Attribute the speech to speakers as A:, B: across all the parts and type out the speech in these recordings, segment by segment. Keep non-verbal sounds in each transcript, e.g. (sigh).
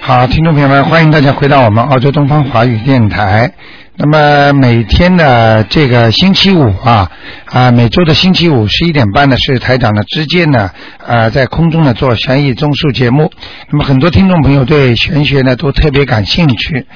A: 好，听众朋友们，欢迎大家回到我们澳洲东方华语电台。那么每天的这个星期五啊，啊，每周的星期五十一点半呢，是台长呢直接呢，呃，在空中呢做悬疑综述节目。那么很多听众朋友对玄学呢都特别感兴趣，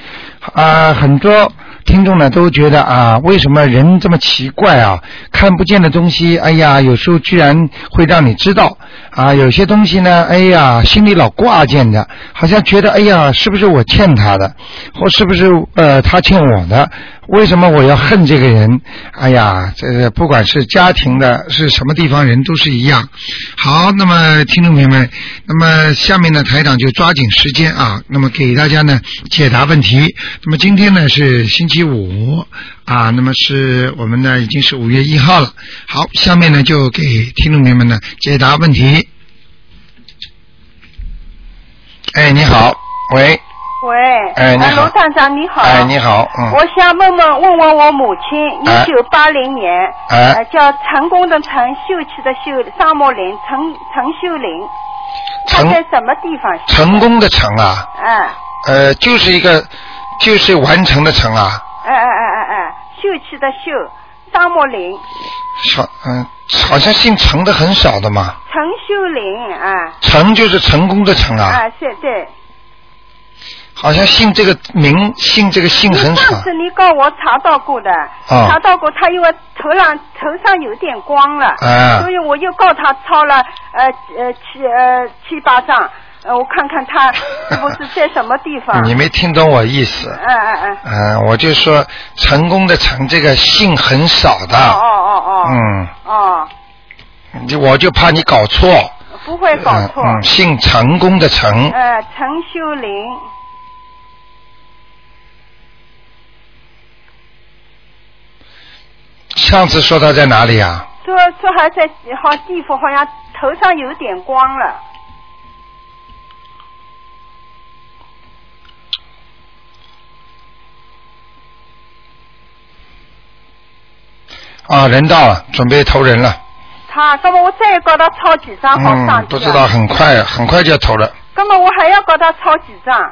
A: 啊，很多听众呢都觉得啊，为什么人这么奇怪啊？看不见的东西，哎呀，有时候居然会让你知道啊，有些东西呢，哎呀，心里老挂念着，好像觉得哎呀，是不是我欠他的，或是不是呃他欠我的？为什么我要恨这个人？哎呀，这个不管啊是家庭的，是什么地方人都是一样。好，那么听众朋友们，那么下面呢，台长就抓紧时间啊，那么给大家呢解答问题。那么今天呢是星期五啊，那么是我们呢已经是五月一号了。好，下面呢就给听众朋友们呢解答问题。哎，你好，喂，
B: 喂，
A: 哎你好
B: 呃卢探长你好，
A: 哎，你好，嗯，
B: 我想问问问问我母亲，
A: 哎
B: 一九八零年，
A: 哎
B: 呃，叫陈功的陈，秀气的秀，沙漠林，陈陈秀林，她
A: 成
B: 在什么地方？
A: 成功的成啊，
B: 哎
A: 呃，就是一个就是完成的成啊，
B: 哎哎哎哎哎，秀气的秀，沙漠林，
A: 少嗯，好像姓程的很少的嘛，
B: 陈秀林啊，
A: 成就是成功的成啊，
B: 啊，是对。
A: 好像姓这个名姓这个姓
B: 你
A: 很
B: 上
A: 少
B: 次你告我查到过的，
A: 哦
B: 查到过他因为头上头上有点光了，
A: 啊
B: 所以我又告他抄了呃呃七呃七八张，呃我看看他是不是在什么地方。
A: (laughs) 你没听懂我意思，
B: 嗯嗯
A: 嗯、我就说成功的成这个姓很少
B: 嗯，哦
A: 的，
B: 哦
A: 啊嗯
B: 哦哦，哦，
A: 你我就怕你搞错，
B: 不会搞
A: 嗯
B: 错。
A: 嗯，姓成功的成，
B: 呃，陈秀玲，
A: 上次说他在哪里啊？
B: 说说还在好像地府好像头上有点光了，
A: 啊，人到了，准备投人了，
B: 他，那么我再告他抄几张好上去、啊
A: 嗯，不知道，，很快很快就要投了。
B: 那么我还要告他抄几张？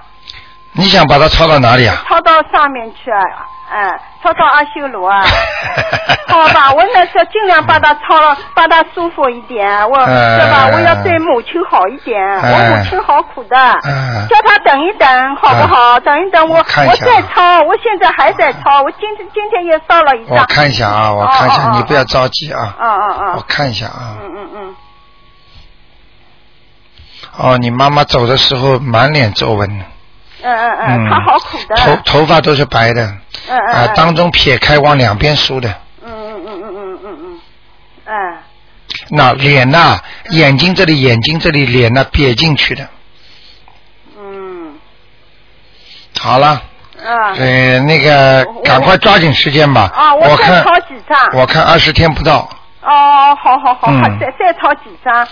A: 你想把它抄到哪里啊？
B: 抄到上面去啊，嗯，抄到阿修罗
A: (laughs)
B: 啊。好吧，我那时候尽量把它抄了，
A: 嗯
B: 把它舒服一点，我
A: 哎
B: 对吧？我要对母亲好一点，
A: 哎
B: 我母亲好苦的，
A: 嗯
B: 叫她等一等，好不好？等一等，我
A: 我看一下
B: 我再抄，我现在还在抄，我今天今天也烧了一张。
A: 我看一下啊，我看一下，
B: 哦哦哦
A: 你不要着急啊。
B: 嗯嗯嗯
A: 我看一下啊。
B: 嗯嗯嗯，
A: 哦，你妈妈走的时候满脸皱纹呢。
B: 嗯嗯嗯，她好苦的。
A: 头头发都是白的，
B: 嗯嗯
A: 啊，
B: 嗯
A: 当中撇开往两边梳的。
B: 嗯嗯嗯嗯嗯嗯嗯，嗯，
A: 那脸呐、眼睛这里，眼睛这里，脸呐、瘪进去的。
B: 嗯
A: 好了，
B: 啊
A: 呃，那个
B: 我
A: 赶快抓紧时间吧。
B: 啊！
A: 我
B: 再
A: 看
B: 抄几张。
A: 我看二十天不到，
B: 哦，好好好，
A: 嗯
B: 还再再抄几张，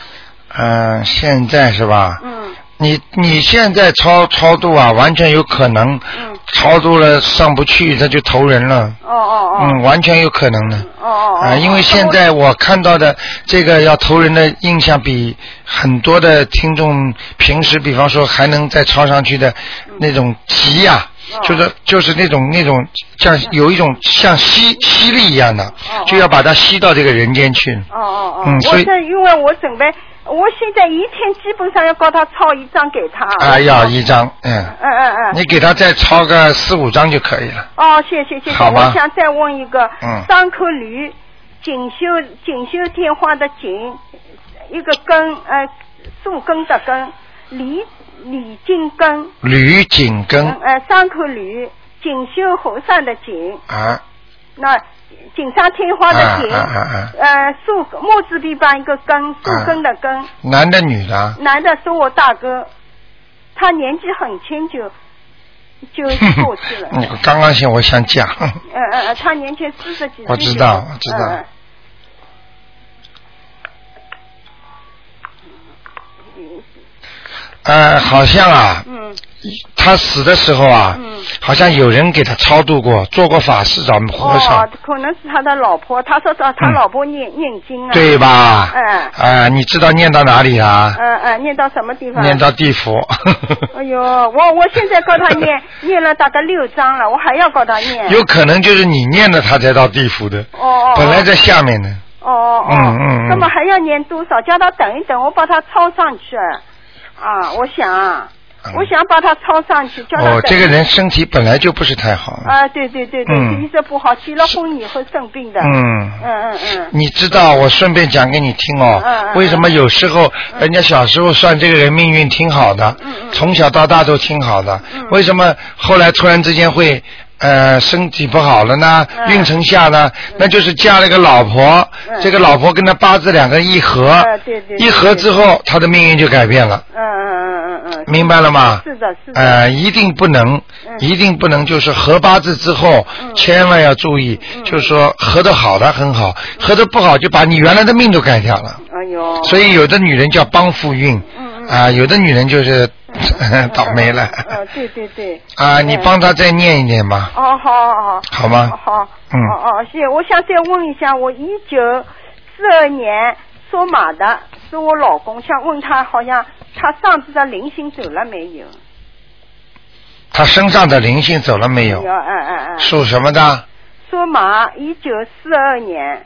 A: 嗯、现在是吧？
B: 嗯，
A: 你你现在超超度啊，完全有可能，
B: 嗯
A: 超度了上不去，他就投人了，
B: 哦哦哦，
A: 嗯，完全有可能的，
B: 哦哦
A: 啊、
B: 哦，
A: 因为现在我看到的这个要投人的印象，比很多的听众平时，比方说还能再超上去的那种急呀、
B: 嗯哦嗯
A: 就是就是那种那种像有一种像吸吸力一样的，
B: 哦
A: 就要把它吸到这个人间去，
B: 哦哦哦，
A: 嗯所
B: 我
A: 以
B: 这因为我准备，我现在一天基本上要告他抄一张给他，哦
A: 啊，要一张，嗯，
B: 嗯嗯嗯，
A: 你给他再抄个四五张就可以了。
B: 哦，谢谢谢谢，
A: 好吧
B: 我想再问一个
A: 嗯，
B: 三颗梨，锦绣锦绣天花的锦，一个根，呃，树根的根，梨李茎根，
A: 吕锦根
B: 嗯呃，三颗梨，锦绣和尚的锦。
A: 啊，
B: 那锦上添花的锦，
A: 啊啊啊
B: 呃，树木字边旁一个根，树根的根。
A: 男的女的啊？
B: 男的说我大哥，他年纪很轻就
A: (laughs)
B: 就过去了。
A: 你刚刚想我想讲， (laughs)
B: 呃呃呃，他年前四十几岁就。
A: 我知道我知道
B: 嗯嗯
A: 呃，好像啊，
B: 嗯
A: 他死的时候啊，
B: 嗯。
A: 好像有人给他超度过，做过法事找和尚，
B: 哦，可能是他的老婆，他说他他
A: 嗯
B: 老婆念、念经啊。
A: 对吧？
B: 嗯
A: 啊，你知道念到哪里啊？
B: 嗯嗯，念到什么地方？
A: 念到地府。
B: 哎呦，我我现在告他
A: (laughs)
B: 念念了大概六章了，我还要告他念。
A: 有可能就是你念的，他才到地府的，
B: 哦哦。哦
A: 本来在下面呢。
B: 哦哦哦。
A: 嗯嗯嗯
B: 那么还要念多少？叫他等一等，我把他抄上去。啊，我想啊，
A: 嗯
B: 我想把他抄上去，叫他等。
A: 哦，这个。人身体本来就不是太好。
B: 啊，对对对对，
A: 嗯
B: 一直不好，结了婚以后生病的。
A: 嗯。
B: 嗯嗯嗯。
A: 你知道，我顺便讲给你听哦。
B: 嗯嗯
A: 为什么有时候
B: 嗯
A: 人家小时候算这个人命运挺好的，
B: 嗯嗯
A: 从小到大都挺好的，
B: 嗯
A: 为什么后来突然之间会呃身体不好了呢？
B: 嗯
A: 运程下呢？那就是嫁了个老婆，
B: 嗯
A: 这个老婆跟他八字两个人一合，
B: 嗯对对对
A: 一合之后他的命运就改变了。
B: 嗯嗯嗯嗯嗯。
A: 明白了吗？
B: 是的，是的。
A: 呃，一定不能，
B: 嗯
A: 一定不能，就是合八字之后，
B: 嗯
A: 千万要注意，
B: 嗯
A: 就是说合的好的很好，合的不好就把你原来的命都改掉了。
B: 哎呦。
A: 所以有的女人叫帮扶运，
B: 嗯嗯
A: 啊、有的女人就是、
B: (laughs) 嗯
A: 倒霉
B: (laughs)
A: 了，
B: 嗯、嗯对对对。
A: 啊、你
B: 嗯
A: 帮她再念一念吧，
B: 哦，好好
A: 好
B: 好，
A: 吗？
B: 好，
A: 嗯
B: 哦哦，谢谢。我想再问一下，我一九四二年属马的，是我老公，想问他好像他上次的灵性走了没有？
A: 她身上的灵性走了没有？
B: 嗯嗯嗯。
A: 属什么的？
B: 属马，一九四二年，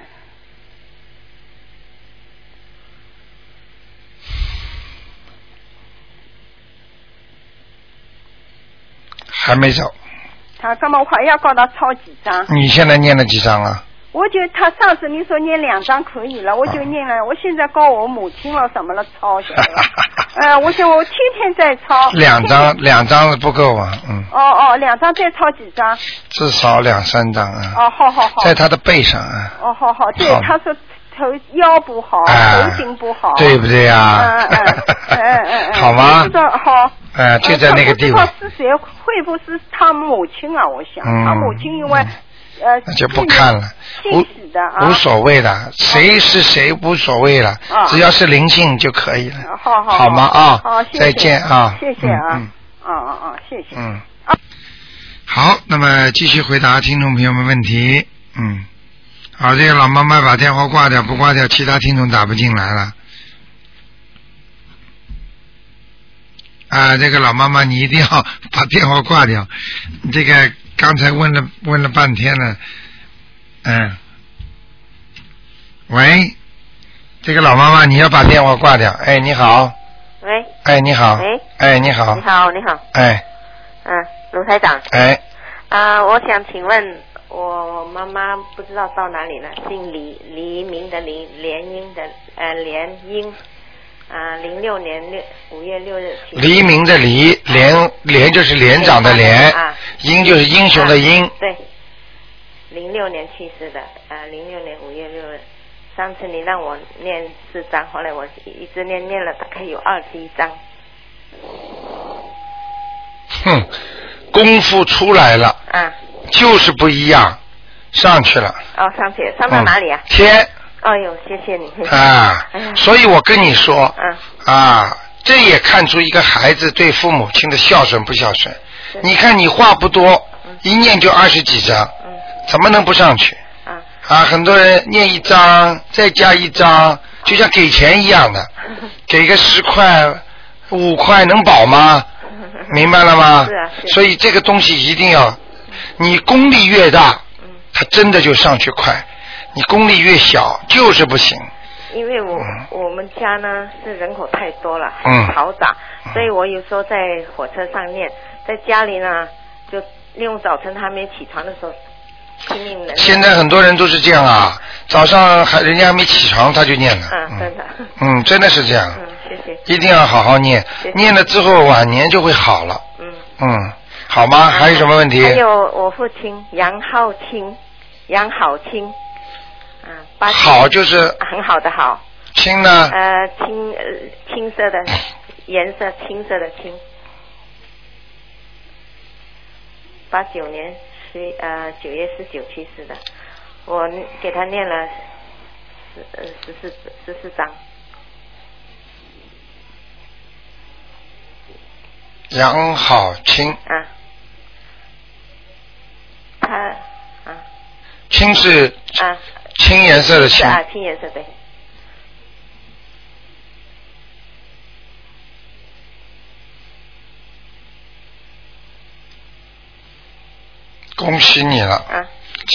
A: 还没走。
B: 他干嘛我还要告他抄几张？
A: 你现在念了几张啊
B: (laughs)
A: 了？
B: 我就他上次你说念两张可以了，我就念了。我现在告我母亲了什么了抄下
A: (laughs)
B: 来了。呃，我想我天天在抄。
A: 两
B: 天天
A: 张，两张不够啊，嗯，
B: 哦哦，两张再抄几张？
A: 至少两三张啊。
B: 哦，好好好。
A: 在他的背上啊，
B: 哦，好好，对
A: 好，
B: 他说头腰不好，
A: 哎
B: 头颈不好，
A: 对不对呀、啊 (laughs)
B: 嗯嗯嗯嗯嗯，嗯
A: 好吗
B: 不？知道好。
A: 哎，就在那个地
B: 呃
A: 方
B: 他，不知道是谁，会不会是他母亲啊？我想，
A: 嗯
B: 他母亲因为
A: 嗯
B: 呃，
A: 那就不看了，
B: 去
A: 无
B: 年去世的啊，
A: 无所谓的，谁是谁无所谓了
B: 啊，
A: 只要是灵性就可以了，
B: 好好
A: 好吗？
B: 好
A: 啊，，
B: 谢谢
A: 再见啊，
B: 谢谢啊
A: 嗯，
B: 啊啊啊，谢谢。
A: 嗯，嗯好，那么继续回答听众朋友们问题，嗯，好，这个老妈妈把电话挂掉，不挂掉，其他听众打不进来了。啊，这个老妈妈，你一定要把电话挂掉。这个刚才问了问了半天了，嗯，喂，这个老妈妈，你要把电话挂掉。哎，你好，
C: 喂，
A: 哎，你好
C: 喂，
A: 哎，你好
C: 你，好，你好，
A: 哎，
C: 嗯，卢台长
A: 哎，
C: 啊、我想请问，我妈妈不知道到哪里了，姓李，黎明的黎，联姻的呃联姻，啊、零六年六五月六日起，
A: 黎明的黎，连连就是连长的连
C: 啊，
A: 英就是英雄的英
C: 啊，对，零六年去世的，啊，零六年五月六日。上次你让我念四章，后来我一直念念了大概有二十一章，
A: 哼，功夫出来了，
C: 啊，
A: 就是不一样，上去了。
C: 哦，上去上到
A: 嗯
C: 哪里啊？ (laughs)
A: 天
C: 哎呦，谢谢你，谢谢
A: 啊
C: 哎呀，
A: 所以我跟你说
C: 嗯
A: 啊，这也看出一个孩子对父母亲的孝顺不孝顺。
C: 是
A: 你看你话不多
C: 嗯，
A: 一念就二十几张，
C: 嗯
A: 怎么能不上去
C: 啊，
A: 啊？很多人念一张，再加一张，就像给钱一样
C: (laughs)
A: 的。给个十块、五块能保吗？明白了吗？
C: 是啊是
A: 所以这个东西一定要，你功力越大，
C: 嗯，
A: 它真的就上去快；你功力越小，就是不行。
C: 因为我、
A: 嗯
C: 我们家呢是人口太多了，
A: 嗯
C: 嘈杂，所以我有时候在火车上念，在家里呢就利用早晨还没起床的时候拼命嗯的。
A: 现在很多人都是这样啊，早上还人家还没起床他就念了。
C: 嗯，真的，
A: 嗯，真的是这样，
C: 嗯，谢谢，
A: 一定要好好念
C: 谢，谢
A: 念了之后晚年就会好了。
C: 嗯。
A: 嗯，好吗？还有什么问题？
C: 啊还有我父亲杨浩清，杨好清，啊，八七啊
A: 好就是
C: 很好的好，
A: 亲呢，
C: 呃，青呃青色的颜色，青色的青。八九年十呃九月十九去世的，我给他念了十啊呃十四十四章。
A: 杨好清，
C: 啊，他啊
A: 清是
C: 啊
A: 青颜色的
C: 是
A: 青，
C: 啊，青颜色对，
A: 恭喜你了，
C: 啊，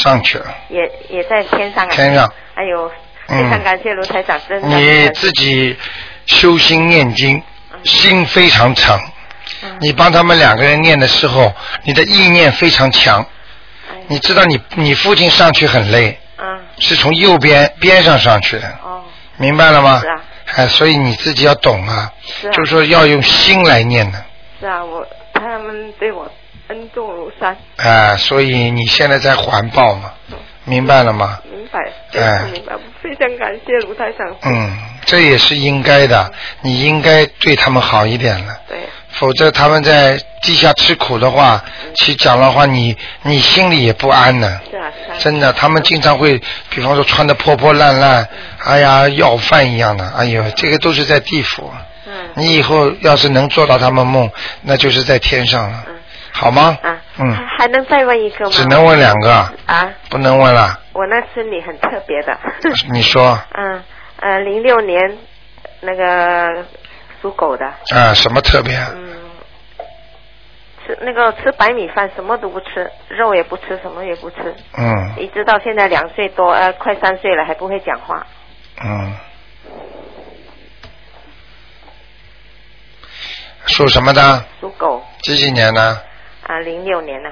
A: 上去了。
C: 也也在天上啊，
A: 天上，
C: 哎呦，
A: 嗯
C: 非常感谢卢台长，真的，
A: 你自己修心念经，心非常诚。
C: 嗯
A: 你帮他们两个人念的时候，你的意念非常强。
C: 哎
A: 你知道你你父亲上去很累，
C: 啊，
A: 是从右边边上上去的，
C: 哦，
A: 明白了吗
C: 是？啊
A: 哎，所以你自己要懂啊，
C: 是啊
A: 就是说要用心来念的。
C: 是啊，我他们对我恩重如山，
A: 啊，所以你现在在环抱嘛，明白了吗？
C: 明白，非
A: 哎
C: 常明白，非常感谢卢台长，
A: 嗯，这也是应该的，你应该对他们好一点了，
C: 对，
A: 否则他们在地下吃苦的话，其实讲的话你你心里也不安呢。
C: 是啊是啊，
A: 真的，他们经常会，比方说穿的破破烂烂，哎呀，要饭一样的，哎呦，这个都是在地府。
C: 嗯
A: 你以后要是能做到他们梦，那就是在天上了，
C: 嗯
A: 好吗？
C: 啊，还
A: 嗯，
C: 还能再问一个吗？
A: 只能问两个，
C: 啊，
A: 不能问了。
C: 我那孙女很特别的，
A: (laughs) 你说
C: 嗯呃，零六年那个属狗的，
A: 啊，什么特别？
C: 嗯，吃那个吃白米饭，什么都不吃，肉也不吃，什么也不吃，
A: 嗯
C: 一直到现在两岁多，呃，快三岁了，还不会讲话。
A: 嗯，属什么的？
C: 属狗
A: 几几年的？
C: 啊，零六年呐、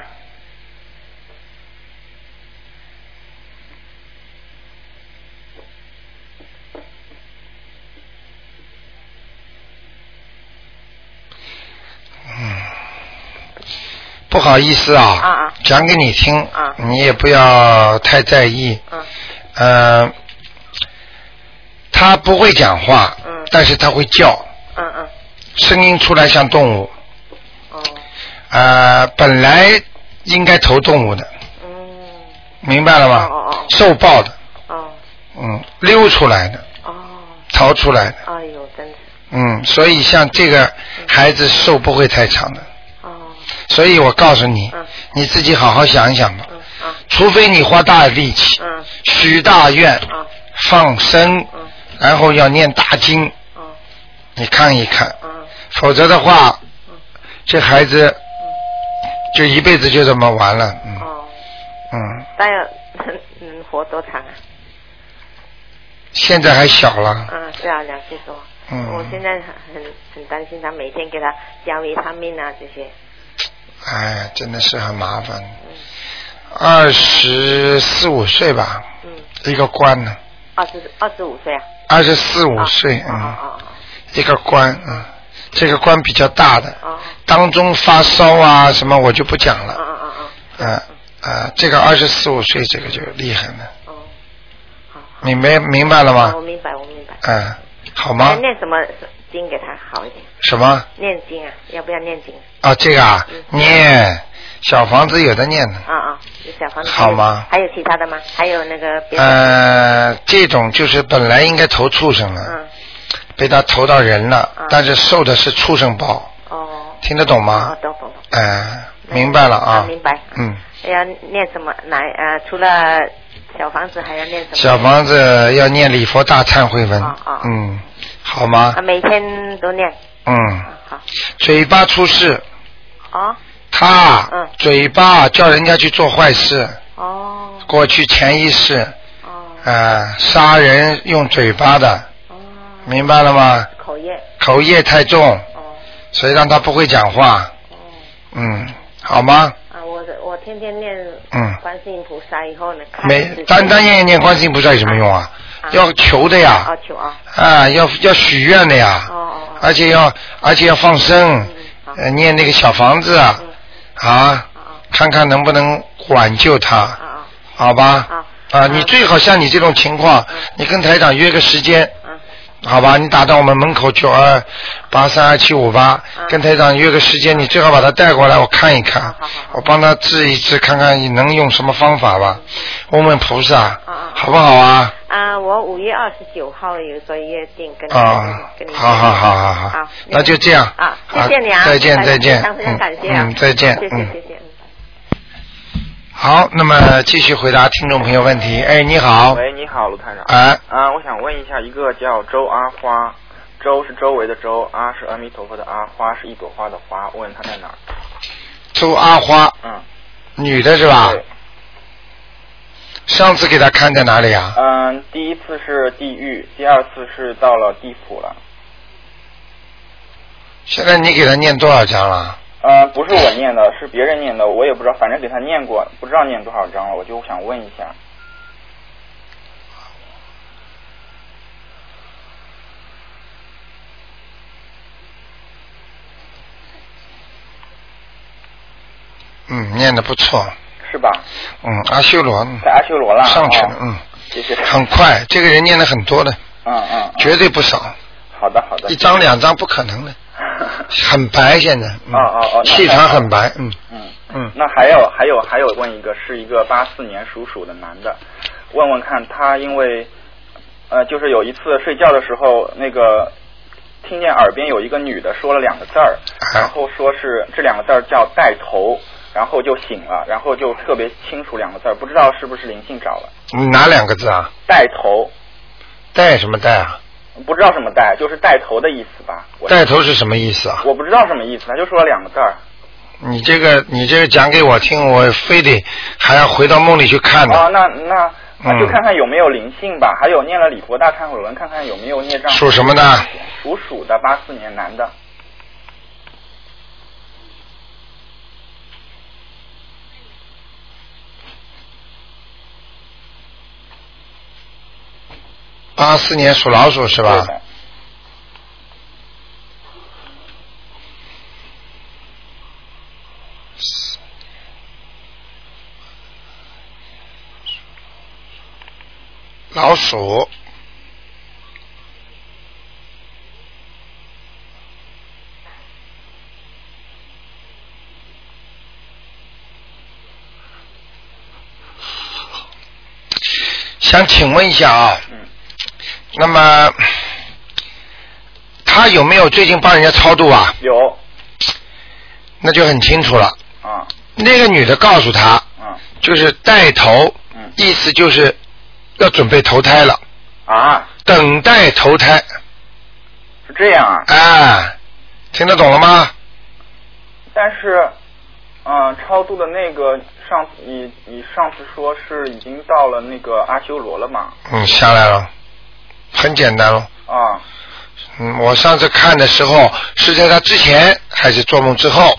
A: 不好意思啊，
C: 啊啊
A: 讲给你听，
C: 啊
A: 你也不要太在意。
C: 嗯
A: 呃，他不会讲话，
C: 嗯
A: 但是他会叫，
C: 嗯嗯，
A: 声音出来像动物。
C: 哦，
A: 呃，本来应该投动物的，
C: 嗯，
A: 明白了吗？
C: 哦哦哦
A: 受报的，
C: 哦
A: 嗯，溜出来的，
C: 哦，
A: 逃出来的，
C: 哎呦，真是，
A: 嗯，所以像这个
C: 嗯
A: 孩子寿不会太长的。
C: 哦，
A: 所以我告诉你
C: 嗯，
A: 你自己好好想一想吧，
C: 嗯啊
A: 除非你花大力气，
C: 嗯
A: 许大愿，
C: 啊
A: 放生，
C: 嗯
A: 然后要念大经，
C: 哦
A: 你看一看，
C: 嗯
A: 否则的话
C: 嗯，
A: 这孩子就一辈子就这么完了。嗯
C: 哦，
A: 嗯，
C: 大概能活多长啊？
A: 现在还小了，
C: 嗯，对啊，两岁多。
A: 嗯
C: 我现在很很担心他，每天给他加维他命啊这些。
A: 哎，真的是很麻烦。
C: 嗯
A: 二十四五岁吧，
C: 嗯，
A: 一个官呢，
C: 二十二十五岁啊。
A: 二十四五岁，
C: 啊
A: 嗯，
C: 啊
A: 一个官，嗯，这个官比较大的
C: 啊，啊
A: 当中发烧啊什么我就不讲了，
C: 啊啊啊啊！
A: 啊啊，这个二十四五岁这个就厉害了，
C: 哦，好。
A: 你没明白了吗
C: 我？明白，我明白。
A: 嗯，好吗
C: 哎？念什么经给他好一点？
A: 什么？
C: 念经啊，要不要念经？
A: 啊，这个啊，
C: 嗯
A: 念小房子有的念呢。
C: 啊啊，有小房子。
A: 好吗
C: 还有还有其他的吗？还有那个别的。
A: 呃，这种就是本来应该投畜生了，
C: 嗯。
A: 被他投到人了
C: 嗯，
A: 但是受的是畜生报，
C: 哦。
A: 听得懂吗
C: 哦，？懂懂懂。
A: 呃，明白了啊
C: 啊。明白
A: 嗯，
C: 要念什么？哪呃，除了小房子还要念什么？
A: 小房子要念礼佛大忏悔文
C: 哦哦，
A: 嗯，好吗
C: 啊，？每天都念。
A: 嗯，
C: 啊好。
A: 嘴巴出事，
C: 哦
A: 他啊
C: 嗯
A: 嘴巴叫人家去做坏事，
C: 哦
A: 过去潜意识，
C: 哦
A: 呃，杀人用嘴巴的，
C: 哦，
A: 明白了吗？
C: 口业。
A: 口业太重，
C: 哦
A: 所以让他不会讲话。
C: 哦
A: 嗯，好吗？
C: 啊，我的我天天念
A: 嗯
C: 观世音菩萨以后呢，看
A: 没
C: 自己
A: 单单念念观世音菩萨有什么用啊？
C: 啊
A: 要求的呀
C: 哦，求啊
A: 啊，要要许愿的呀
C: 哦，哦哦
A: 而且要而且要放生
C: 嗯，好
A: 呃念那个小房子啊
C: 嗯
A: 啊，
C: 啊
A: 看看能不能挽救
C: 啊
A: 他，
C: 啊
A: 好吧？
C: 啊
A: 啊，
C: 啊
A: 你最好像你这种情况
C: 嗯，
A: 你跟台长约个时间，
C: 啊
A: 好吧，你打到我们门口九二八三二七五八，跟台长约个时间，你最好把他带过来，我看一看，我帮他治一治，看看你能用什么方法吧，问问菩萨，好不好啊？
C: 啊，我五月二十九号有个约定跟你
A: 啊
C: 跟你，
A: 好好好好好，那就这样
C: 啊，谢谢你啊，
A: 再见再见
C: 非常感谢
A: 嗯
C: 啊
A: 嗯，再见
C: 谢谢
A: 嗯
C: 谢谢。
A: 好，那么继续回答听众朋友问题。哎，你好，
D: 喂，你好，卢探长。
A: 哎
D: 啊，我想问一下，一个叫周阿花，周是周围的周，阿是阿弥陀佛的阿，花是一朵花的花，问他在哪儿？
A: 周阿花，
D: 嗯，
A: 女的是吧
D: 对？
A: 上次给她看在哪里啊？
D: 嗯，第一次是地狱，第二次是到了地府了。
A: 现在你给她念多少章了？
D: 嗯，不是我念的，是别人念的，我也不知道，反正给他念过，不知道念多少章了，我就想问一下。
A: 嗯，念的不错，
D: 是吧？
A: 嗯，阿修罗嗯
D: 在阿修罗了。
A: 上去了
D: 哦，
A: 嗯，
D: 谢谢。
A: 很快，这个人念了很多的，
D: 嗯嗯，嗯
A: 绝对不少，
D: 好的好的。 (laughs)
A: 一张两张不可能的，很白现在，嗯
D: 哦哦哦那
A: 气场很白，嗯
D: 嗯。
A: 嗯，
D: 那还有还有还有问一个，是一个八四年属鼠的男的，问问看他因为呃，就是有一次睡觉的时候，那个听见耳边有一个女的说了两个字儿，然
A: 啊，
D: 后说是这两个字儿叫带头，然后就醒了，然后就特别清楚两个字儿，不知道是不是灵性找了，
A: 你哪两个字啊？
D: 带头，
A: 带什么带啊？
D: 不知道什么带，就是带头的意思吧？我
A: 带头是什么意思啊？
D: 我不知道什么意思，他就说了两个字儿。
A: 你这个你这个讲给我听，我非得还要回到梦里去看
D: 啊，
A: 呢。
D: 那那那就
A: 嗯
D: 看看有没有灵性吧，还有念了李国大忏悔文，看看有没有孽障。
A: 属什么呢？
D: 属鼠的，八四年男的。
A: 八四年属老鼠是吧？
D: 对的
A: 老鼠。想请问一下啊，
D: 嗯，
A: 那么他有没有最近帮人家超度啊？
D: 有。
A: 那就很清楚了。
D: 啊
A: 那个女的告诉他，
D: 啊
A: 就是带头，
D: 嗯
A: 意思就是要准备投胎了，
D: 啊，
A: 等待投胎。
D: 是这样啊。
A: 啊，听得懂了吗？
D: 但是，嗯、超度的那个上次你你上次说是已经到了那个阿修罗了嘛？
A: 嗯，下来了，很简单了。
D: 啊
A: 嗯，我上次看的时候是在他之前还是做梦之后？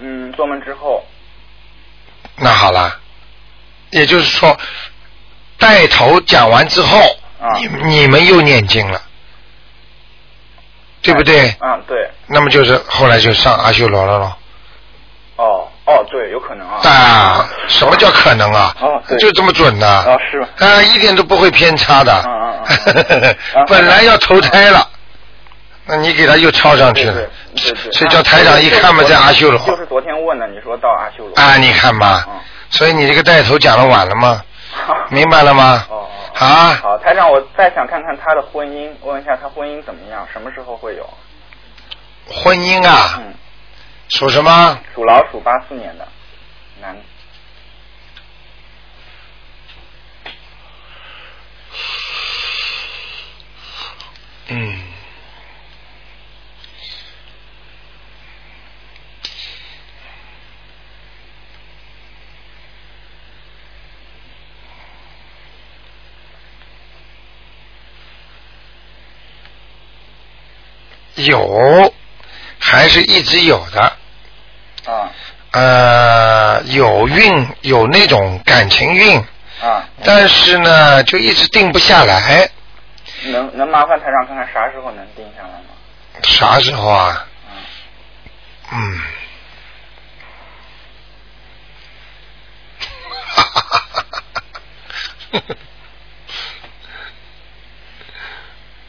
D: 嗯，做梦之后
A: 那好啦，也就是说，带头讲完之后，
D: 啊
A: 你你们又念经了，对不对？
D: 啊对
A: 那么就是后来就上阿修罗了咯。
D: 哦哦对，有可能啊。
A: 啊，什么叫可能啊？
D: 哦对
A: 就这么准呐、
D: 啊是吧
A: 啊，一点都不会偏差的。
D: 嗯
A: (laughs)
D: 嗯嗯嗯
A: 本来要投胎了，那你给他又抄上去了。
D: 对对对对啊
A: 所以叫台长一看嘛，在阿修罗。
D: 就是昨天问的，你说到阿修罗。
A: 啊，你看嘛，
D: 嗯
A: 所以你这个带头讲的晚了嘛，
D: 好
A: 明白了吗？
D: 啊哦哦哦
A: 啊，
D: 好，台长，我再想看看他的婚姻，问一下他婚姻怎么样，什么时候会有？
A: 婚姻啊，
D: 嗯，
A: 属什么？
D: 属老鼠，八四年的男。
A: 嗯。有，还是一直有的。
D: 啊
A: 呃，有运，有那种感情运，
D: 啊，
A: 但是呢，就一直定不下来。
D: 能能麻烦台长看看啥时候能定下来吗？
A: 啥时候啊？嗯。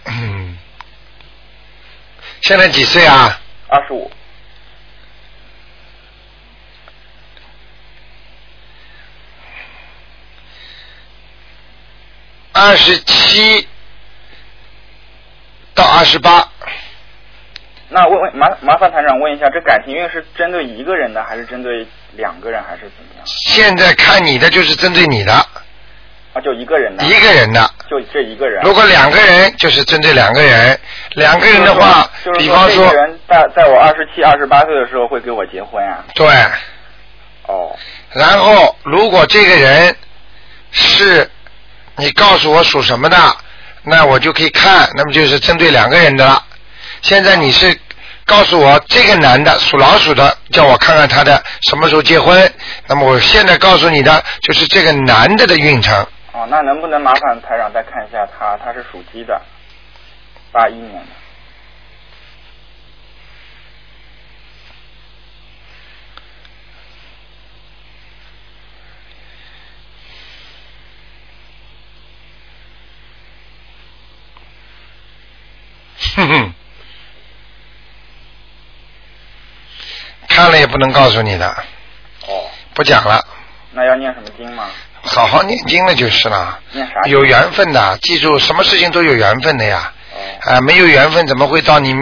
A: 嗯，现在几岁啊？
D: 二十五，
A: 二十七到二十八，
D: 那问问麻麻烦台长问一下，这感情运是针对一个人的，还是针对两个人，还是怎么样？
A: 现在看你的就是针对你的
D: 啊，就一个人的，
A: 一个人的。
D: 就这一个人。
A: 如果两个人，就是针对两个人；两个人的话，
D: 就是
A: 比方
D: 这
A: 说
D: 个，人在在我二十七、二十八岁的时候会跟我结婚啊。
A: 对，
D: 哦，
A: 然后如果这个人是你告诉我属什么的，那我就可以看，那么就是针对两个人的了。现在你是告诉我这个男的属老鼠的，叫我看看他的什么时候结婚。那么我现在告诉你的就是这个男的的运程， (laughs)
D: 哦，那能不能麻烦台长再看一下他？他是属鸡的，八一年的。
A: 哼哼，看了也不能告诉你的，
D: 哦，
A: 不讲了，
D: 那要念什么经吗？
A: 好好念经了就是了。
D: 念啥经？
A: 有缘分的，记住什么事情都有缘分的呀。
D: 哦
A: 啊，没有缘分怎么会到你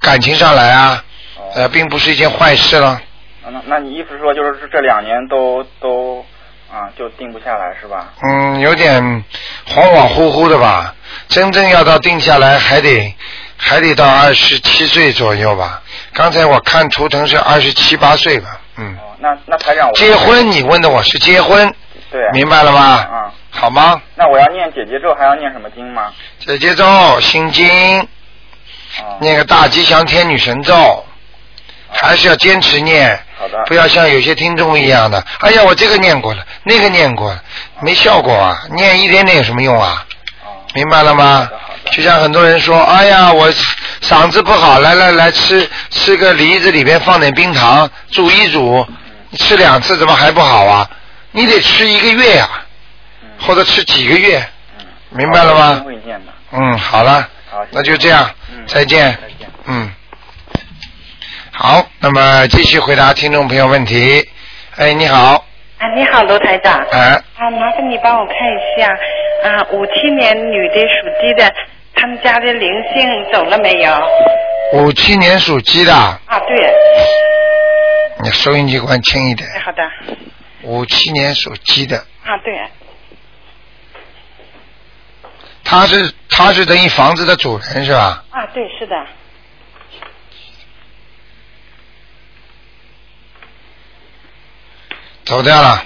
A: 感情上来啊？
D: 哦。
A: 呃，并不是一件坏事了。
D: 那那你意思是说，就是这两年都都啊，就定不下来是吧？
A: 嗯，有点恍恍惚惚的吧。真正要到定下来，还得还得到二十七岁左右吧。刚才我看图腾是二十七八岁吧。嗯，
D: 哦，那那台长我
A: 结婚你问的我是结婚，
D: 对啊，
A: 明白了吗？
D: 啊、
A: 好吗？
D: 那我要念姐姐咒，还要念什么经吗？
A: 姐姐咒、心经，
D: 啊、
A: 念个大吉祥天女神咒，还是要坚持念。
D: 哦好的，
A: 不要像有些听众一样的，哎呀，我这个念过了，那个念过了，没效果啊，念一点点有什么用啊？
D: 啊、
A: 明白了吗
D: 好的好？的
A: 就像很多人说，哎呀，我嗓子不好，来来来，吃吃个梨子里边放点冰糖，煮一煮，
D: 嗯
A: 吃两次怎么还不好啊？你得吃一个月呀、
D: 嗯
A: 或者吃几个月，
D: 嗯，
A: 明白了
D: 好的一定
A: 吗？
D: 会念的，
A: 嗯，好了，
D: 好，谢谢
A: 那就这样
D: 嗯，
A: 再见。
D: 再见。
A: 嗯，好，那么继续回答听众朋友问题。哎，你好，
E: 啊，你好，罗台长。
A: 哎，
E: 啊，麻烦你帮我看一下，啊，五七年女的属鸡的，他们家的灵性走了没有？
A: 五七年属鸡的，
E: 啊，对，
A: 你收音机关轻一点
E: 哎。好的，
A: 五七年属鸡的，
E: 啊，对，
A: 他是他是等于房子的主人是吧？
E: 啊，对，是的，
A: 走掉了，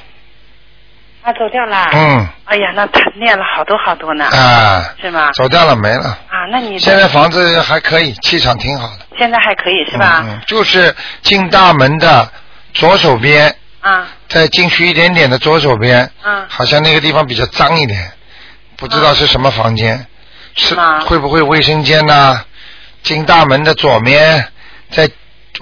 E: 啊，走掉了。
A: 嗯，
E: 哎呀，那他念了好多好多呢，
A: 啊，
E: 是吗？
A: 走掉了没了。
E: 啊，那你
A: 现在房子还可以，气场挺好的，
E: 现在还可以是吧？
A: 嗯嗯，就是进大门的左手边，
E: 啊
A: 再进去一点点的左手边，
E: 啊
A: 好像那个地方比较脏一点，不知道是什么房间，是
E: 嗯是吗
A: 会不会卫生间呐、进大门的左面，再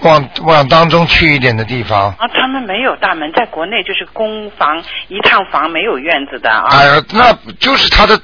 A: 往往当中去一点的地方。
E: 啊，他们没有大门，在国内就是公房一趟房没有院子的
A: 啊、
E: 啊
A: 那就是他的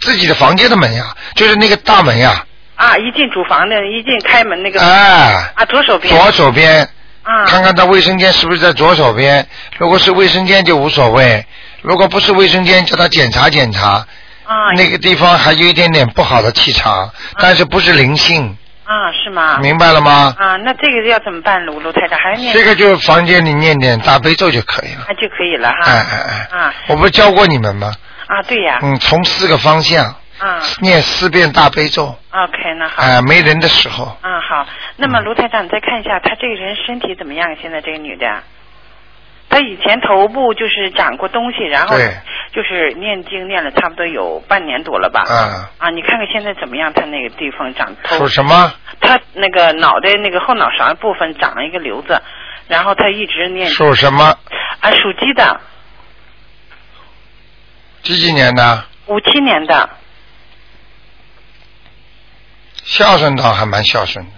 A: 自己的房间的门呀，就是那个大门呀，
E: 啊，一进主房的，一进开门那个
A: 哎，
E: 啊，左手边
A: 左手边，
E: 啊
A: 看看他卫生间是不是在左手边。如果是卫生间就无所谓，如果不是卫生间，叫他检查检查。
E: 啊嗯
A: 那个地方还有一点点不好的气场，但是不是灵性，
E: 啊啊是吗？
A: 明白了吗？
E: 啊，那这个要怎么办？卢卢太太还要念
A: 这个就房间里念点大悲咒就可以了。
E: 啊就可以了
A: 哎
E: 哈。
A: 哎哎
E: 啊，
A: 我不是教过你们吗？
E: 啊，对呀，
A: 嗯，从四个方向
E: 啊
A: 念四遍大悲咒。
E: ，OK，那好。
A: 嗯哎，嗯没人的时候，
E: 啊好，那么卢台长，你再看一下她这个人身体怎么样？现在这个女的，她以前头部就是长过东西，然后
A: 对
E: 就是念经念了差不多有半年多了吧。
A: 啊，
E: 啊，你看看现在怎么样？她那个地方长头
A: 属，什么？
E: 她那个脑袋那个后脑勺部分长了一个瘤子，然后她一直念
A: 属什么？
E: 啊属鸡的，
A: 几几年的？
E: 五七年的。
A: 孝顺倒还蛮孝顺的。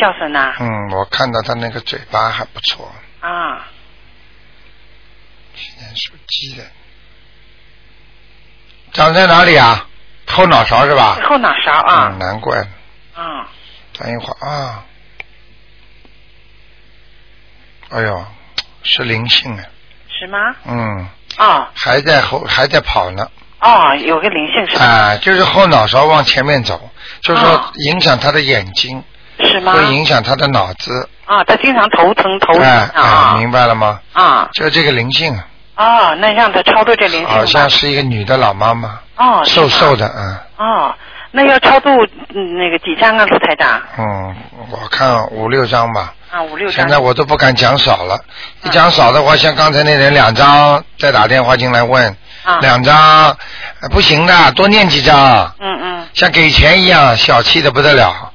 E: 孝顺呐、
A: 嗯，我看到他那个嘴巴还不错，
E: 啊，
A: 今年属鸡的。长在哪里啊？后脑勺是吧？
E: 后脑勺
A: 嗯，
E: 啊，
A: 难怪了。
E: 啊，
A: 看一会儿啊。哎呦，是灵性啊，
E: 是吗？
A: 嗯，
E: 哦
A: 还在后还在跑呢
E: 哦，有个灵性是吧？
A: 啊，就是后脑勺往前面走，就是说
E: 啊
A: 影响他的眼睛，
E: 是吗？
A: 会影响他的脑子。
E: 啊，他经常头疼头疼
A: 哎哎，
E: 啊
A: 明白了吗？
E: 啊
A: 就这个灵性啊，
E: 啊，那让他超度这灵性吧。
A: 好像是一个女的老妈妈，
E: 哦，是
A: 瘦
E: 吗
A: 瘦的啊，
E: 哦，那要超度嗯那个几张啊，卢台长
A: 嗯，我看五六张吧。
E: 啊，五六张。
A: 现在我都不敢讲少了，一讲少的话，像刚才那人两张再打电话进来问，
E: 啊，
A: 两张、呃不行的，多念几张，
E: 嗯嗯， (laughs)
A: 像给钱一样小气的不得了，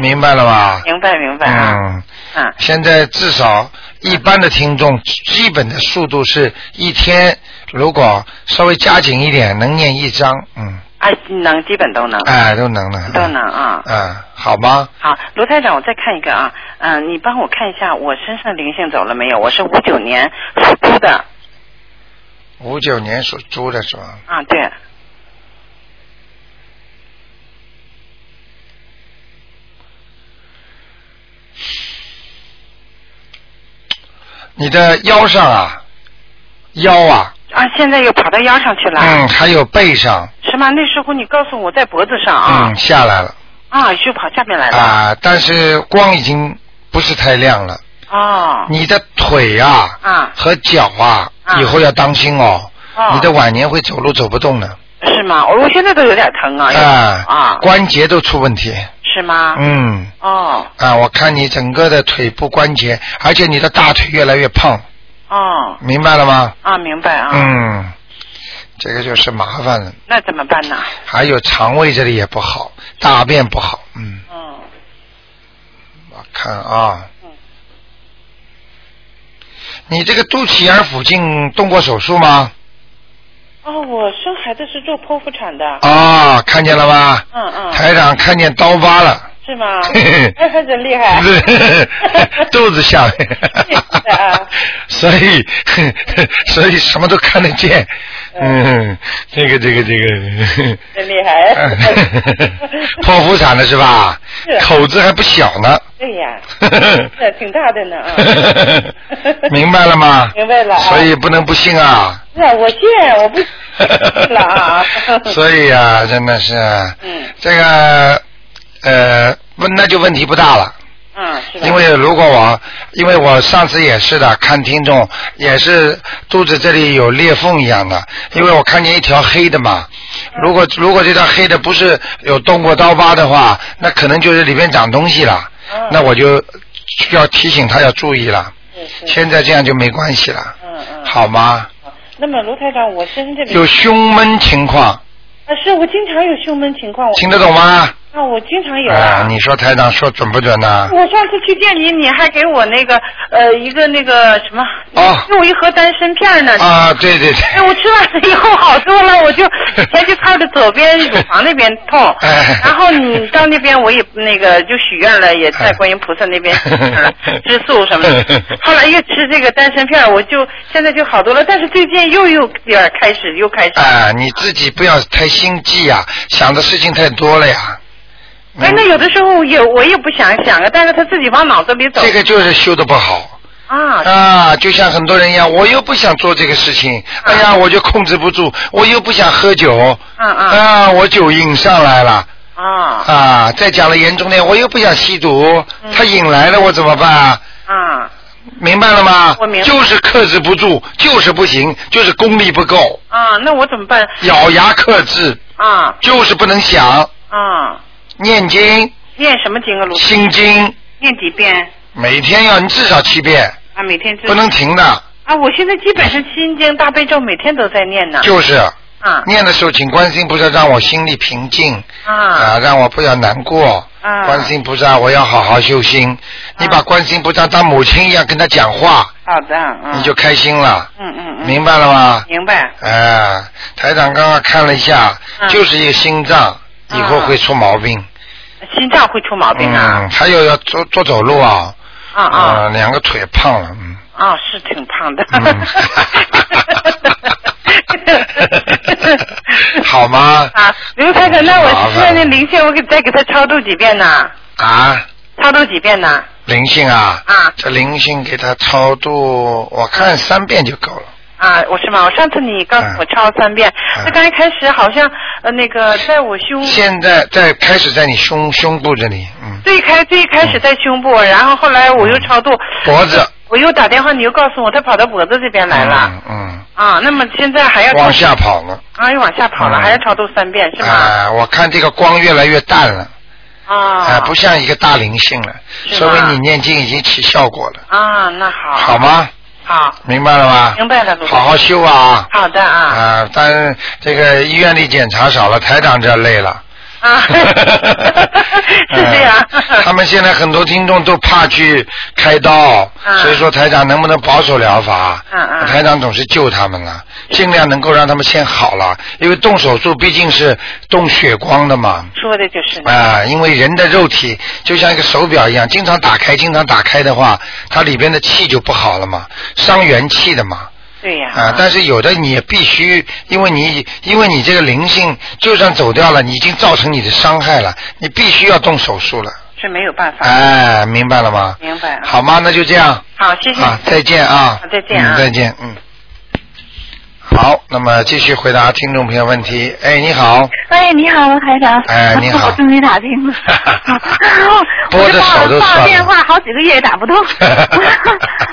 A: 明白了吧？
E: 明白明白啊，
A: 嗯，
E: 嗯
A: 现在至少一般的听众基本的速度是一天，如果稍微加紧一点，能念一张，嗯，
E: 哎，能基本都能
A: 哎，都能了，
E: 都能啊。
A: 嗯，好吗？
E: 好，卢台长，我再看一个啊，嗯、你帮我看一下我身上灵性走了没有？我是五九年属猪的
A: 五九年属猪的是吧？
E: 啊，对，
A: 你的腰上啊，腰啊，
E: 啊，现在又跑到腰上去了，
A: 嗯，还有背上，
E: 是吗？那时候你告诉我在脖子上啊，
A: 嗯，下来了
E: 啊，就跑下面来了，
A: 啊，但是光已经不是太亮了。
E: 哦，
A: 你的腿啊
E: 啊，
A: 和脚啊，
E: 啊
A: 以后要当心哦，
E: 哦，
A: 你的晚年会走路走不动的，
E: 是吗？我我现在都有点疼啊，
A: 啊，
E: 啊，
A: 关节都出问题，
E: 是吗？
A: 嗯，
E: 哦
A: 啊，我看你整个的腿部关节，而且你的大腿越来越胖，
E: 哦
A: 明白了吗？
E: 啊，明白啊，
A: 嗯，这个就是麻烦了，
E: 那怎么办呢？
A: 还有肠胃这里也不好，大便不好，嗯。
E: 嗯，
A: 我看啊
E: 嗯，
A: 你这个肚脐眼附近动过手术吗？
E: 哦，我生孩子是做剖腹产的，
A: 啊，看见了吧？
E: 嗯嗯，
A: 台长看见刀疤了，(laughs)
E: 是吗？
A: 嘿嘿
E: 哎，还真厉害，
A: (laughs) 肚子下面
E: (laughs) 是啊，
A: 所以 (laughs) 所以什么都看得见，
E: 哎
A: 嗯，这个这个这
E: (laughs)
A: 个，
E: 真厉害，
A: (laughs)
E: (laughs)
A: 剖腹产了是吧？
E: 是
A: 口子还不小呢，
E: 对哎呀，这
A: (laughs)
E: 挺大的呢啊，
A: 明白了吗？
E: (laughs) 明白了啊
A: 所以不能不信啊。，
E: 是啊，我信，我不信了啊
A: (laughs) 所以啊，真的是，
E: 嗯
A: 这个呃，问那就问题不大了。
E: 嗯，是吧？
A: 因为如果我，因为我上次也是的，看听众也是肚子这里有裂缝一样的，因为我看见一条黑的嘛。
E: 嗯
A: 如果如果这条黑的不是有动过刀疤的话，那可能就是里面长东西了。
E: 嗯
A: 那我就要提醒他要注意了。
E: 是是，
A: 现在这样就没关系了，
E: 嗯嗯，。
A: 好吗？
E: 那么卢台长，我身上这里
A: 有胸闷情况，
E: 啊，是我经常有胸闷情况，我
A: 听得懂吗？
E: 啊，我经常有
A: 啊，你说台长说准不准呢、
E: 我上次去见你，你还给我那个呃一个那个什么，
A: 哦
E: 给我一盒丹参片呢。
A: 啊，对对对。
E: 哎，我
A: (laughs)
E: 吃完了以后好多了，我就前就靠着左边乳房那边痛，
A: (laughs) 哎
E: 然后你到那边
A: (laughs)
E: 我也那个就许愿了，也在观音菩萨那边许愿了
A: 哎
E: 吃素什么
A: (laughs)
E: 的。后来又吃这个丹参片，我就现在就好多了，但是最近又又点儿开始又开始。
A: 啊，你自己不要太心悸呀、想的事情太多了呀。嗯
E: 哎，那有的时候也我也不想想啊，但是他自己往脑子里走
A: 这个就是修的不好
E: 啊，
A: 啊，就像很多人一样，我又不想做这个事情，哎呀，我就控制不住，我又不想喝酒，
E: 嗯嗯
A: 啊，我酒瘾上来了
E: 啊
A: 啊，再讲了严重点，我又不想吸毒，
E: 嗯
A: 他瘾来了，我怎么办啊？
E: 啊
A: 明白了吗？
E: 我明白
A: 就是克制不住，就是不行，就是功力不够，
E: 啊，那我怎么办？
A: 咬牙克制，
E: 啊
A: 就是不能想
E: 啊，
A: 念经、
E: 念什么经
A: (laughs)
E: 啊，卢？
A: 心经，
E: 念几遍
A: 每天要你至少七遍，
E: 啊？每天至
A: 不能停的，
E: 啊！我现在基本上心经、大悲咒每天都在念呢。
A: 就是
E: 啊
A: 念的时候，请观世音菩萨让我心里平静
E: 啊
A: 啊，让我不要难过。
E: 啊
A: 观世音菩萨，我要好好修心。你把观世音菩萨当母亲一样跟他讲话，
E: 好的，嗯
A: 你就开心了，
E: 嗯嗯嗯，
A: 明白了吗？
E: 明白
A: 啊，台长刚刚看了一下，
E: 嗯
A: 就是一个心脏以后会出毛病，
E: 心脏会出啊毛病啊
A: 嗯，还有要多多走路啊，
E: 啊
A: 啊，
E: 啊
A: 两个腿胖了，嗯。
E: 啊！是挺胖的。 (laughs)
A: 嗯好吗？
E: 啊，刘太太，那我
A: 麻烦 (laughs)
E: 啊现在那灵性，我给再给他超度几遍呢？
A: 啊，
E: 超度几遍呢？
A: 灵性啊，
E: 啊
A: 这灵性给他超度，我看三遍就够了。
E: 啊，我是吗？我上次你告诉我抄三遍，
A: 嗯
E: 那刚才开始好像呃那个在我胸
A: 现在在开始在你胸胸部这里，嗯，
E: 最开最开始在胸部，然后后来我又超度，
A: 脖子
E: 我又打电话，你又告诉我他跑到脖子这边来了、
A: 嗯嗯，
E: 啊。那么现在还要
A: 往下跑了。
E: 啊，又往下跑了，
A: 嗯
E: 还要超度三遍是吗？
A: 啊、我看这个光越来越淡了，啊、
E: 啊，
A: 不像一个大灵性了，
E: 是
A: 说
E: 吗
A: 明你念经已经起效果了，
E: 啊，那好，
A: 好吗？
E: 好，
A: 明白了吗？
E: 明白了，卢台长
A: 好好修啊！
E: 好的啊
A: 啊，但这个医院里检查少了，台长这累了。 (laughs)
E: 啊， (laughs) 是这样，
A: 嗯他们现在很多听众都怕去开刀，
E: 嗯
A: 所以说台长能不能保守疗法？
E: 嗯嗯
A: 台长总是救他们了，尽量能够让他们先好了，因为动手术毕竟是动血光的嘛。
E: 说的就是呢
A: 啊、因为人的肉体就像一个手表一样，经常打开，经常打开的话，它里边的气就不好了嘛，伤元气的嘛。
E: 对呀、
A: 啊，但是有的你也必须，因为你因为你这个灵性就算走掉了，你已经造成你的伤害了，你必须要动手术了。
E: 是没有办法，
A: 哎，明白了吗？
E: 明白了。
A: 好吗？那就这样
E: 好，谢谢。
A: 啊，再见啊
E: 好，再见啊
A: 嗯，再见，嗯。好，那么继续回答听众朋友问题。哎，你好，
F: 哎，你好，罗台长。啊
A: 哎你好。
F: 我终于打听了我
A: 拨着
F: 就
A: 手都
F: 挂
A: 算了。
F: 了电话好几个月也打不通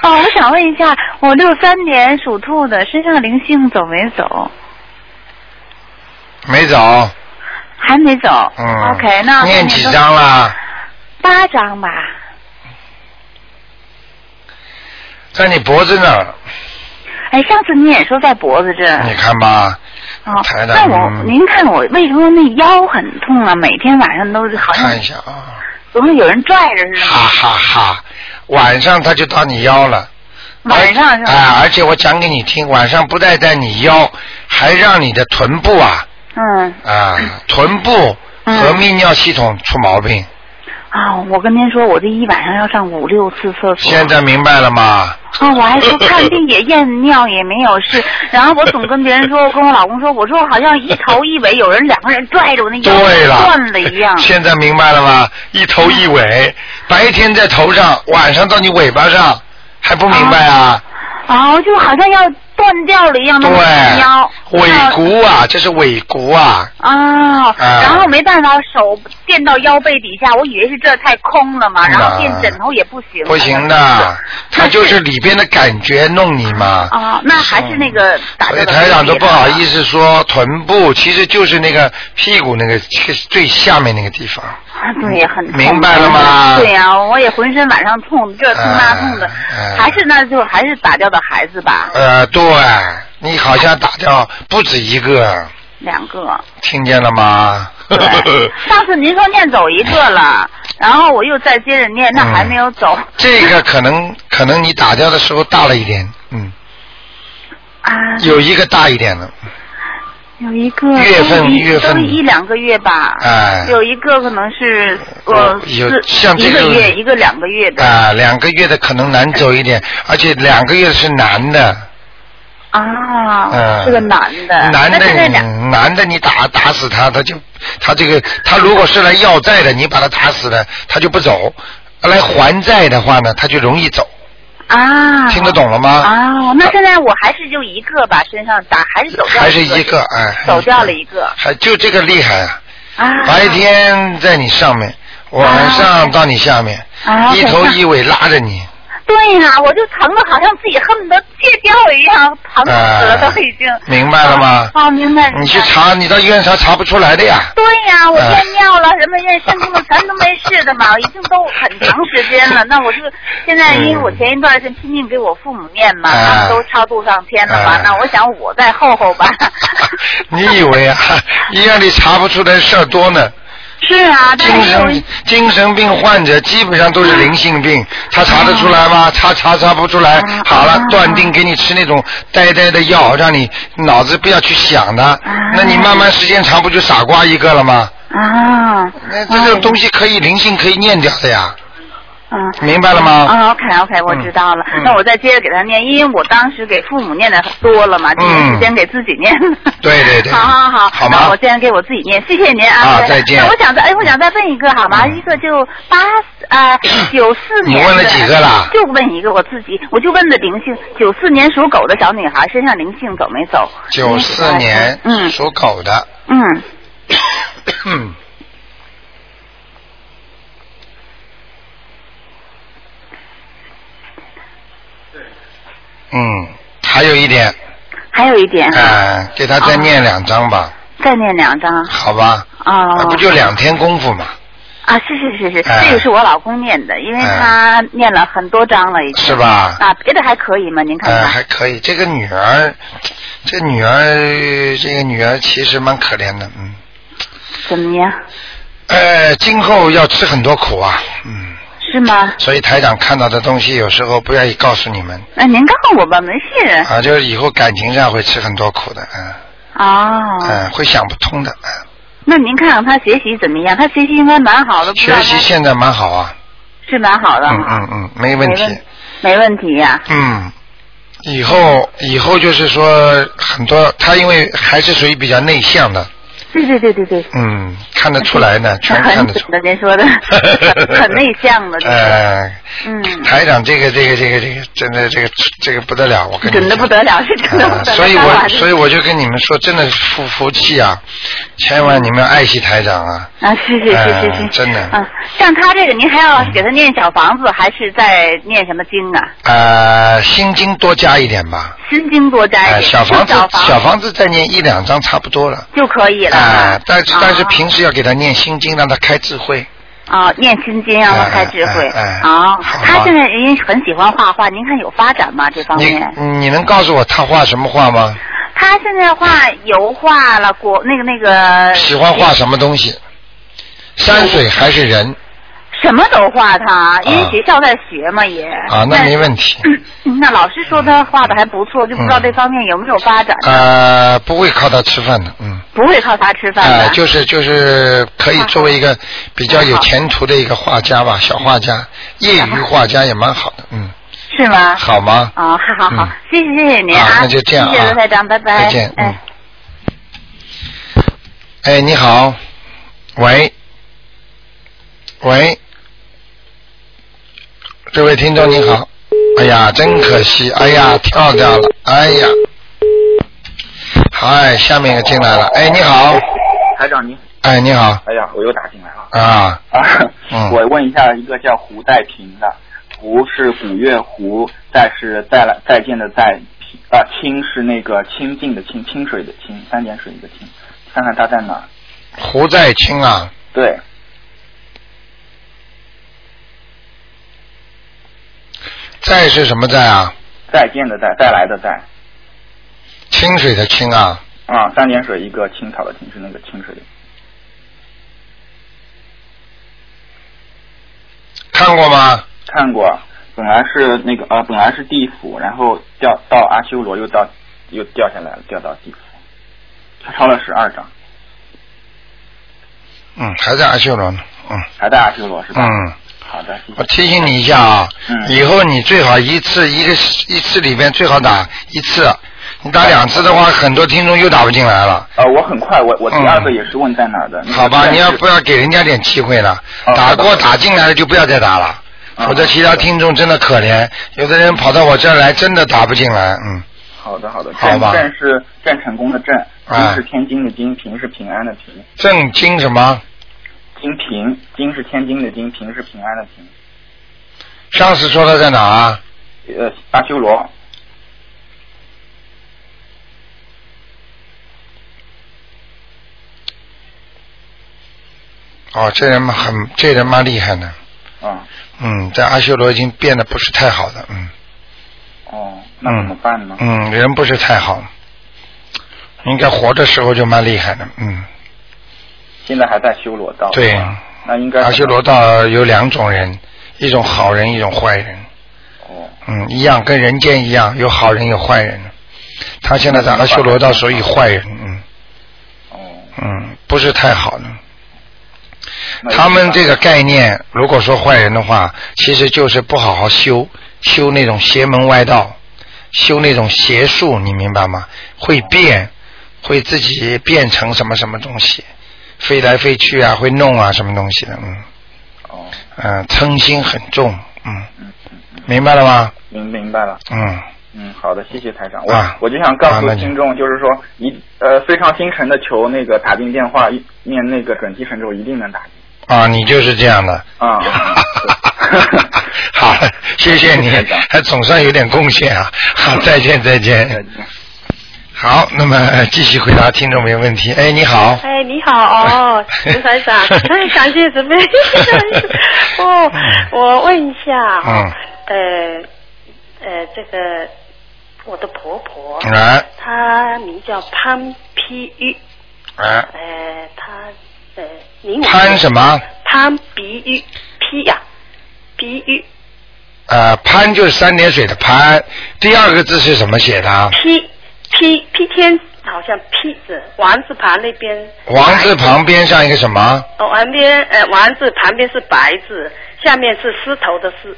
F: 哦，我想问一下，我六三年属兔的，身上灵性走没走？
A: 没走，
F: 还没走。
A: 嗯
F: OK，那
A: 念几？张啦？
F: 八张吧。
A: 在你脖子那儿，
F: 哎，上次你也说在脖子这
E: 嗯
F: 儿。
A: 你看吧，
F: 哦
A: 台，长
F: 那我
A: 嗯
F: 您看我为什么那腰很痛啊？每天晚上都是好像
A: 看一下啊，
F: 总是有人拽着似
A: 哈
F: 的。
A: 哈哈，晚上他就到你腰了。
F: 晚上是吧？
A: 啊，而且我讲给你听，晚上不但在你腰，还让你的臀部啊
F: 嗯。
A: 啊臀部和泌尿系统出毛病。
F: 啊、我跟您说，我这一晚上要上五六次厕所。
A: 现在明白了吗？
F: 啊、我还说看病也验尿也没有事，然后我总跟别人说，我跟我老公说，我说好像一头一尾有人两个人拽着我那腰
A: (laughs) 对了，。
F: 断了一样
A: 现在明白了吗？一头一尾，白天在头上，晚上到你尾巴上，还不明白啊？
F: 啊、就好像要断掉了一样那个腰。
A: 对，尾骨啊，这是尾骨啊，
F: 啊、
A: 啊
F: 然后没办法，手垫到腰背底下，我以为是这儿太空了嘛，然后垫枕头也不行。
A: 不行
F: (laughs)
A: 的，它
F: 那
A: 就是里边的感觉弄你嘛。
F: 啊，那还是那个打
A: 所
F: 这
A: 以
F: 个
A: 嗯台长都不好
F: 思。
A: 意思说臀部，其实就是那个屁股那个最最下面那个地方。
F: 啊， (laughs) 对，也很痛。
A: 明白了吗
F: 对呀、我也浑身晚上痛，这痛那痛的，
A: 哎哎
F: 还是那就还是打掉的孩
A: (laughs)
F: 子吧，
A: 呃，对，你好像打掉不止一个，
F: 两
A: (laughs)
F: 个。
A: 听见了吗？
F: 对，上次您说念走一个了，然后我又再接着念，那还没有走、
A: (laughs) 这个可能可能你打掉的时候大了一点，嗯，
F: 啊，
A: 有一个大一点的，嗯
F: 有一个
A: 月份
F: 都一
A: 月份
F: 都一两个月吧，
A: 哎
F: 有一个可能是呃
A: 有
F: 是
A: 像这
F: 一个
A: 个
F: 月一个两个月的
A: 啊、两个月的可能难走一点，而且两个月是男的，
F: 啊，
A: 嗯，
F: 是个男的，
A: 男
F: 那
A: 的
F: 是那两
A: 你，男的，你打打死他，他就他这个他如果是来要债的，你把他打死了，他就不走；来还债的话呢，他就容易走。
F: 啊，
A: 听得懂了吗？
F: 啊，那现在我还是就一个吧，身上打还是走掉
A: 还是一个哎，还
F: 走掉了一个
A: 还就这个厉害啊！
F: 啊，
A: 白天在你上面，晚上到你下面，
F: 啊
A: 一头一尾拉着你。
F: 对呀、我就疼的好像自己恨不得戒掉一样，疼啊死了
A: 哎
F: 都已经。
A: 明白了吗？
F: 哦，明白。
A: 你
F: 明
A: 去
F: 白。
A: 查，你到医院查查不出来的呀。
F: 对呀、我
A: 哎
F: 验尿了，什么验肾功能全都没事的嘛，已经都很长时间了。那我就现在，因为我前一段时间拼命给我父母念嘛，
A: 嗯哎
F: 他们都超度上天了嘛，
A: 哎
F: 那我想我再候候
A: (laughs)
F: 吧。
A: 你以为啊，医院里查不出来事儿多呢？
F: 是啊，但
A: 精
F: 是因为
A: 神精神病患者基本上都是灵性病，他查得出来
F: 啊
A: 吗？查查查不出来。好了，断定给你吃那种呆呆的药，让你脑子不要去想
F: 啊
A: 的。那你慢慢时间长，不就傻瓜一个了吗？
F: 啊，
A: 那这种东西可以灵性可以念掉的呀。
F: 嗯，
A: 明白了吗？
F: 啊，OK OK，我知道了。
A: 嗯
F: 那我再接着给他念，因为我当时给父母念的多了嘛，这段时间给自己念了。
A: 嗯对对对
F: (laughs) 好好好，
A: 好吗
F: 那我现在给我自己念，谢谢您
A: 啊
F: 啊。
A: 再见
F: 那我想再，哎，我想再问一个好吗？
A: 嗯
F: 一个就八啊九四
A: 你
F: 年的。
A: 问了几个啦
F: 就问一个我自己，我就问的灵性，九四年属狗的小女孩身上灵性走没走？
A: 九四年
F: 嗯
A: 属狗的，
F: 嗯，
A: (coughs) 嗯，还有一点，
F: 还有一点
A: 哎、，给他再念两张吧，
F: 再念两张
A: 好吧？
F: 啊。
A: 啊不就两天功夫嘛，
F: 啊，是是是是，
A: 哎
F: 这个是我老公念的，因为他念了很多章了已经。
A: 是吧？
F: 啊，别的还可以吗？您看
A: 呃，
F: 看。
A: 还可以。这个女儿，这女儿，这个女儿其实蛮可怜的，嗯，
F: 怎么样？
A: 呃，今后要吃很多苦啊，嗯，
F: 是吗？
A: 所以台长看到的东西有时候不愿意告诉你们
F: 那、您告诉我吧，没 (laughs) 事。
A: 啊，就是以后感情上会吃很多苦的，嗯，
F: 哦。
A: 嗯，会想不通的，嗯，
F: 那您看看他学习怎么样？他学习应该蛮好的，不知道
A: 学
F: 他
A: 习现在蛮好啊，
F: 是蛮好的。
A: 嗯嗯嗯，没问
F: 没
A: 题，
F: 问没问题呀、
A: 嗯，以后以后就是说很多，他因为还是属于比较内向的，
F: 对对对对对。
A: 嗯，看得出来
F: (laughs)
A: 呢，全看
F: 很
A: 得出
F: 准。的，您
A: (laughs)
F: 说的，很很内向的，这个
A: 呃，
F: 嗯，
A: 台长，这个这个这个这个，真的这个这个不得了，我跟你
F: 准的不得了，是 (laughs) 真的
A: 啊
F: 不得了。
A: 所以
F: 当
A: 我
F: 然
A: 所以我就跟你们说，真的服服气啊，千万你们要爱惜台长啊。
F: 啊，是是是是是，
A: 嗯真的嗯
F: 嗯，像他这个，您还要给他念小房子，还是在念什么经啊？
A: 呃，心经多加一点吧。
F: 心经多加一
A: 哎，
F: 点，
A: 小房子
F: 小房
A: 小房子再念一两张差不多了。
F: 就可以了。
A: 啊，但是
F: 啊
A: 但是平时要给他念心经，让他开智慧。
F: 啊，念心经让他
A: 哎
F: 开智慧
A: 哎哎
F: 啊
A: 好。吧
F: 他现在人家很喜欢画画，您看有发展吗？这方面？
A: 你你能告诉我他画什么画吗？
F: 他现在画油画了，国那个那个
A: 喜欢画什么东西？山水还是人
F: 嗯什么都画他，因为
A: 啊
F: 学校在学嘛也。
A: 啊？那没问题。
F: 嗯那老师说他画的还不错，就不知道
A: 嗯
F: 这方面有没有发展，
A: 呃，不会靠他吃饭的，嗯。
F: 不会靠他吃
A: 啊、
F: 饭的。
A: 就是就是可以作为一个比较有前途的一个画家吧，小画家，业余画家也蛮好的，嗯，
F: 是吗？
A: 好吗？
F: 啊，好好好
A: 嗯，
F: 谢谢谢谢您
A: 啊那就这样啊
F: 谢谢罗台长，拜拜，
A: 再见，嗯
F: 哎，。
A: 哎，你好，喂，喂，这位听众你好，哎呀，真可惜，哎呀，跳掉了，哎呀，嗨，下面一个进来了，哎，你好，
D: 台长您，
A: 哎，你好，
D: 哎呀，我又打进来了。
A: 啊，
D: 啊
A: 嗯，
D: 我问一下，一个叫胡代平的，胡是古月胡，再是再来再见的再，平啊清是那个清净的清，清水的清，三点水一个清，看看他在哪儿。
A: 胡在清啊，
D: 对，
A: 在是什么在啊？
D: 再见的再，再来的再，
A: 清水的清啊，
D: 啊，三点水一个青草的青是那个清水的。
A: 看过吗？
D: 看过，本来是那个呃，本来是地府，然后掉到阿修罗，又到又掉下来了，掉到地府。他抄了十二章，
A: 嗯，还在阿修罗呢，嗯
D: 还在阿修罗是吧？
A: 嗯。
D: 好的，谢
A: 我
D: 谢。
A: 提醒你一下啊，
D: 嗯
A: 以后你最好一次一个一次里边最好打一次，你打两次的
D: 嗯
A: 话，很多听众又打不进来了。
D: 呃，我很快，我我第
A: 嗯
D: 二个也是问在哪儿的。那个
A: 好吧，
D: 在
A: 你要不要给人家点机会了？
D: 嗯哦
A: 打
D: 好的
A: 过打进来了就不要再打了，
D: 嗯
A: 否则其他听众真的可怜，有的人跑到我这儿来真的打不进来，嗯，
D: 好的好的，
A: 好
D: 郑
A: 吧
D: 郑是郑成功的郑，
A: 哎
D: 金是天津的金，平是平安的平，
A: 正经什么？
D: 金平金是天津的金，平是平安的平。
A: 上次说他在哪儿啊？
D: 呃，阿修罗，
A: 哦，这人嘛很，这人蛮厉害的，
D: 啊、
A: 嗯，在阿修罗已经变得不是太好的，嗯。
D: 哦，那怎么办呢？
A: 嗯，人不是太好，应该活的时候就蛮厉害的。嗯，
D: 现在还在修罗道。
A: 对
D: 是吧那应该
A: 阿修罗道有两种人，一种好人，一种坏人。
D: 哦，
A: 嗯，一样跟人间一样，有好人有坏人。他现在在阿修罗道属于坏人，嗯
D: 哦，
A: 嗯，不是太好了。
D: 那
A: 他们这个概念，如果说坏人的话，其实就是不好好修，修那种邪门歪道，修那种邪术，你明白吗？会变，会自己变成什么什么东西，飞来飞去啊，会弄啊，什么东西的，嗯
D: 哦，
A: 嗯，嗔心很重，嗯，明白了吗？
D: 明明白了。
A: 嗯，
D: 嗯，好的，谢谢台长。我、
A: 啊
D: 我就想告
A: 啊
D: 诉
A: 那就
D: 听众，就是说一呃非常心诚的求那个打进电话，一念那个准提神咒一定能打进。
A: 啊，你就是这样的。
D: 啊
A: (laughs) 好，谢谢你
D: 台长，
A: 还总算有点贡献啊！好，再见，再
D: 再
A: 见。
D: 见。
A: 好，那么继续回答听众朋友问题。哎，你好。
E: 哎，你好哦，陈台
A: (laughs)
E: 长，哎，感谢准备。哦，我问一下，
A: 嗯，
E: 呃呃，这个我的婆婆，
A: 啊
E: 她名叫潘碧玉，
A: 啊，
E: 呃，她呃，你
A: 潘什么？
E: 潘碧玉，碧呀、碧玉，
A: 呃，潘就是三点水的潘，第二个字是什么写的？啊
E: 披披披天，好像披字，王字旁那边，
A: 王字旁边上一个什么？
E: 哦，旁边呃，王字旁边是白字，下面是狮头的狮，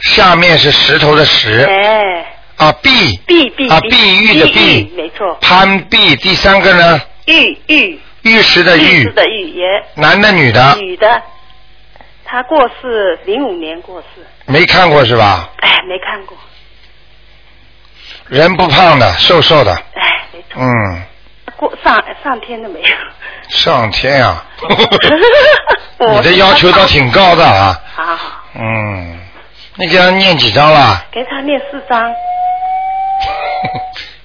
A: 下面是石头的石
E: 哎，
A: 啊，碧
E: 碧碧
A: 啊，
E: 碧
A: 碧玉的
E: 碧玉
A: 碧，
E: 没错，
A: 潘碧。第三个呢，
E: 玉玉
A: 玉石的
E: 玉
A: 玉嗯
E: 字，的玉，也
A: 男的女的
E: 女的，她过世零五年过世，
A: 没看过是吧？
E: 哎，没看过，
A: 人不胖的，瘦瘦的，
E: 哎，没错，
A: 嗯，
E: 过上上天都
B: (laughs)
E: 没有。
A: 上天 (laughs) 啊，
E: 我
A: 你的要求倒挺高的啊，
E: 好，好
A: 嗯，你给他念几张 (laughs) 了？
E: 给她念四张，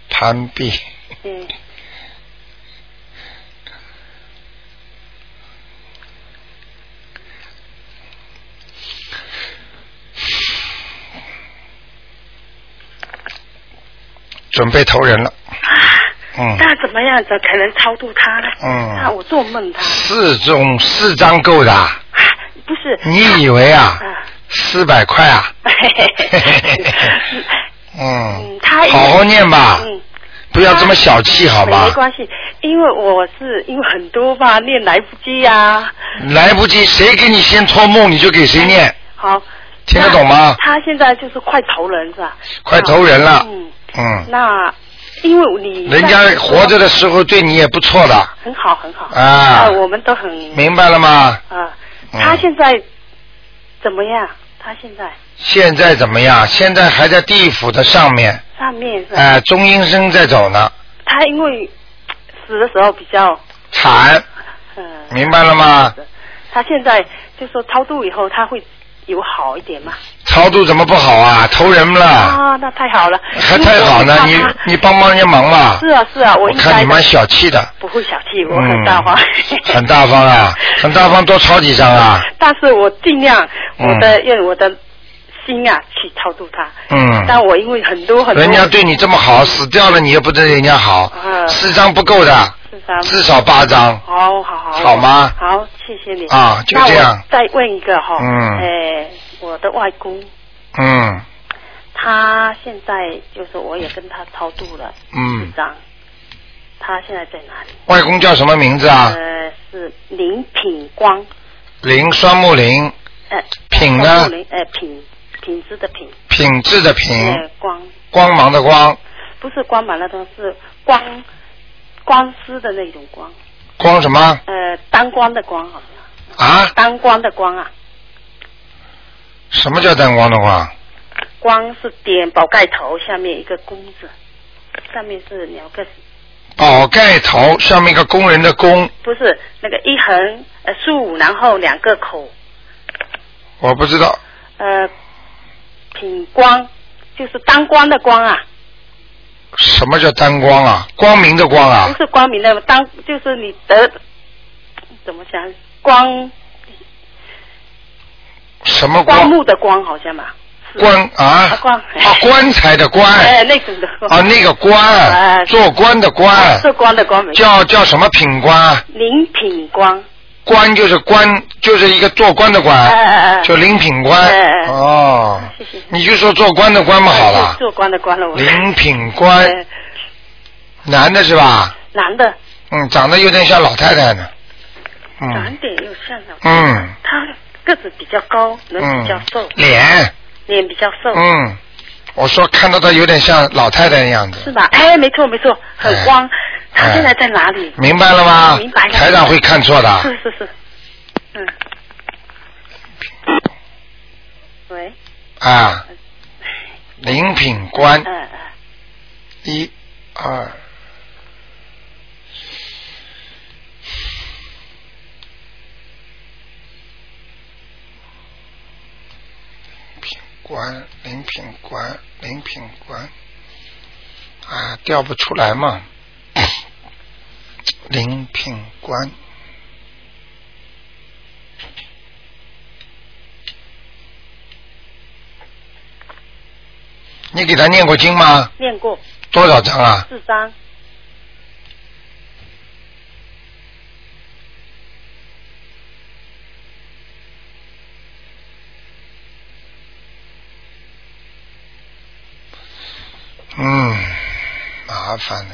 A: 攀比，
E: 嗯。
A: 准备投人了，嗯，
E: 啊那怎么样子才能超度他呢？
A: 嗯
E: 那我做梦他
A: 四种四张够的啊，
E: 不是
A: 你以为啊
E: 啊？
A: 四百块 (laughs) 啊？
E: 嗯
A: 嗯，，
E: 他
A: 好好念吧，
E: 嗯，
A: 不要这么小气，啊好
E: 没
A: 吧？
E: 关系，因为我是因为很多吧，念来不及啊。
A: 来不及，谁给你先托梦，你就给谁念，
E: 好，
A: 听得懂吗？
E: 那他现在就是快投人是吧？
A: 快投人了，
E: 嗯，
A: 嗯。
E: 那因为你
A: 人家活着的时候对你也不错的，
E: 很好很好
A: 啊
E: 我们都很
A: 明白了吗？
E: 啊。
A: 嗯
E: 他现在怎么样？他现在
A: 现在怎么样？现在还在地府的上面，
E: 上面是吧？
A: 哎、中阴身在走呢，
E: 他因为死的时候比较，
A: 惨，
E: 嗯、
A: 明白了吗？
E: 他现在就说超度以后他会有好一点嘛？
A: 超度怎么不好啊？投人了，
E: 啊，那太好了，
A: 还 (laughs) 太好呢，
E: 因
A: 你
E: 为我怕他
A: 你帮帮人家忙吧
E: 是。啊是啊，
A: 我
E: 应
A: 看
E: 该
A: 你蛮小气的，
E: 不会小气，我很
A: 嗯
E: 大方，
A: 很大方啊，很大方，多抄几张啊，
E: (laughs) 但是我尽量
A: 嗯
E: 我的用我的心啊去超度他，
A: 嗯。
E: 但我因为很多很多
A: 人家对你这么好，死掉了你又不对人家好，
E: 嗯
A: 四张不够的，
E: 是啥
A: 至少八张。
E: 好好好，
A: 好吗
E: 好，谢谢你
A: 啊就这样
E: 那我再问一个哈，
A: 嗯
E: 哎，我的外公
A: 嗯
E: 他现在就是我也跟他超度了
A: 嗯
E: 四，张，他现在在哪里？
A: 外公叫什么名字啊？
E: 呃，是林品光，
A: 林双木林，
E: 呃，
A: 品呢
E: 林呃品品质的品，
A: 品质的品，
E: 呃光
A: 光芒的光，
E: 不是光满了的，是光光丝的那种光，
A: 光什么
E: 呃，单光的光好像，
A: 啊？
E: 单光的光啊，
A: 什么叫淡光的光？
E: 光是点宝盖头下面一个弓字，上面是两个
A: 宝盖头上面一个工人的工，
E: 不是那个一横呃竖，然后两个口
A: 我不知道
E: 呃，品光，就是当官的官啊，
A: 什么叫单光啊？光明的光啊
E: 不？是光明的当，就是你得怎么想光
A: 什么
E: 光
A: 光？
E: 目的光好像吧？是
A: 棺啊
E: 啊棺
A: 啊棺材的棺
E: (laughs) 哎，那种的光
A: 啊那个
E: 哎
A: 棺做官的官
E: 是光的光没错
A: 叫叫什么品官？
E: 林品光，
A: 官就是官就是一个做官的
B: 呃嗯
E: 哎
A: 官，
E: 哎哎，
A: 啊就林品官
E: 哎哎哎
A: 哦
E: 谢谢，
A: 你就说做官的官嘛好了
E: 是。做官的官了我。
A: 林品官
B: 呃
E: 哎，
A: 男的是吧？
E: 男的，
A: 嗯，长得有点像老太太呢。嗯
B: 短点又像样。
A: 嗯
B: 他个子比较高，人比较
A: 嗯
B: 瘦，，
A: 脸，
B: 脸比较瘦，
A: 嗯，我说看到她有点像老太太的样子，
B: 是吧？哎，没错没错，很
A: 哎
B: 光。他
A: 哎
B: 现在在哪里？
A: 明白了吗？
B: 明白了
A: 台长会看错的。
B: 是是是，嗯。喂，
A: 啊，林品官
B: 嗯，
E: 呃哎
B: 嗯，
A: 一、二，品官，林品官，林品官，啊，调不出来嘛， (coughs) 林品官。你给他念过经吗？
B: 练过
A: 多少张啊？
B: 四张，
A: 嗯，麻烦了。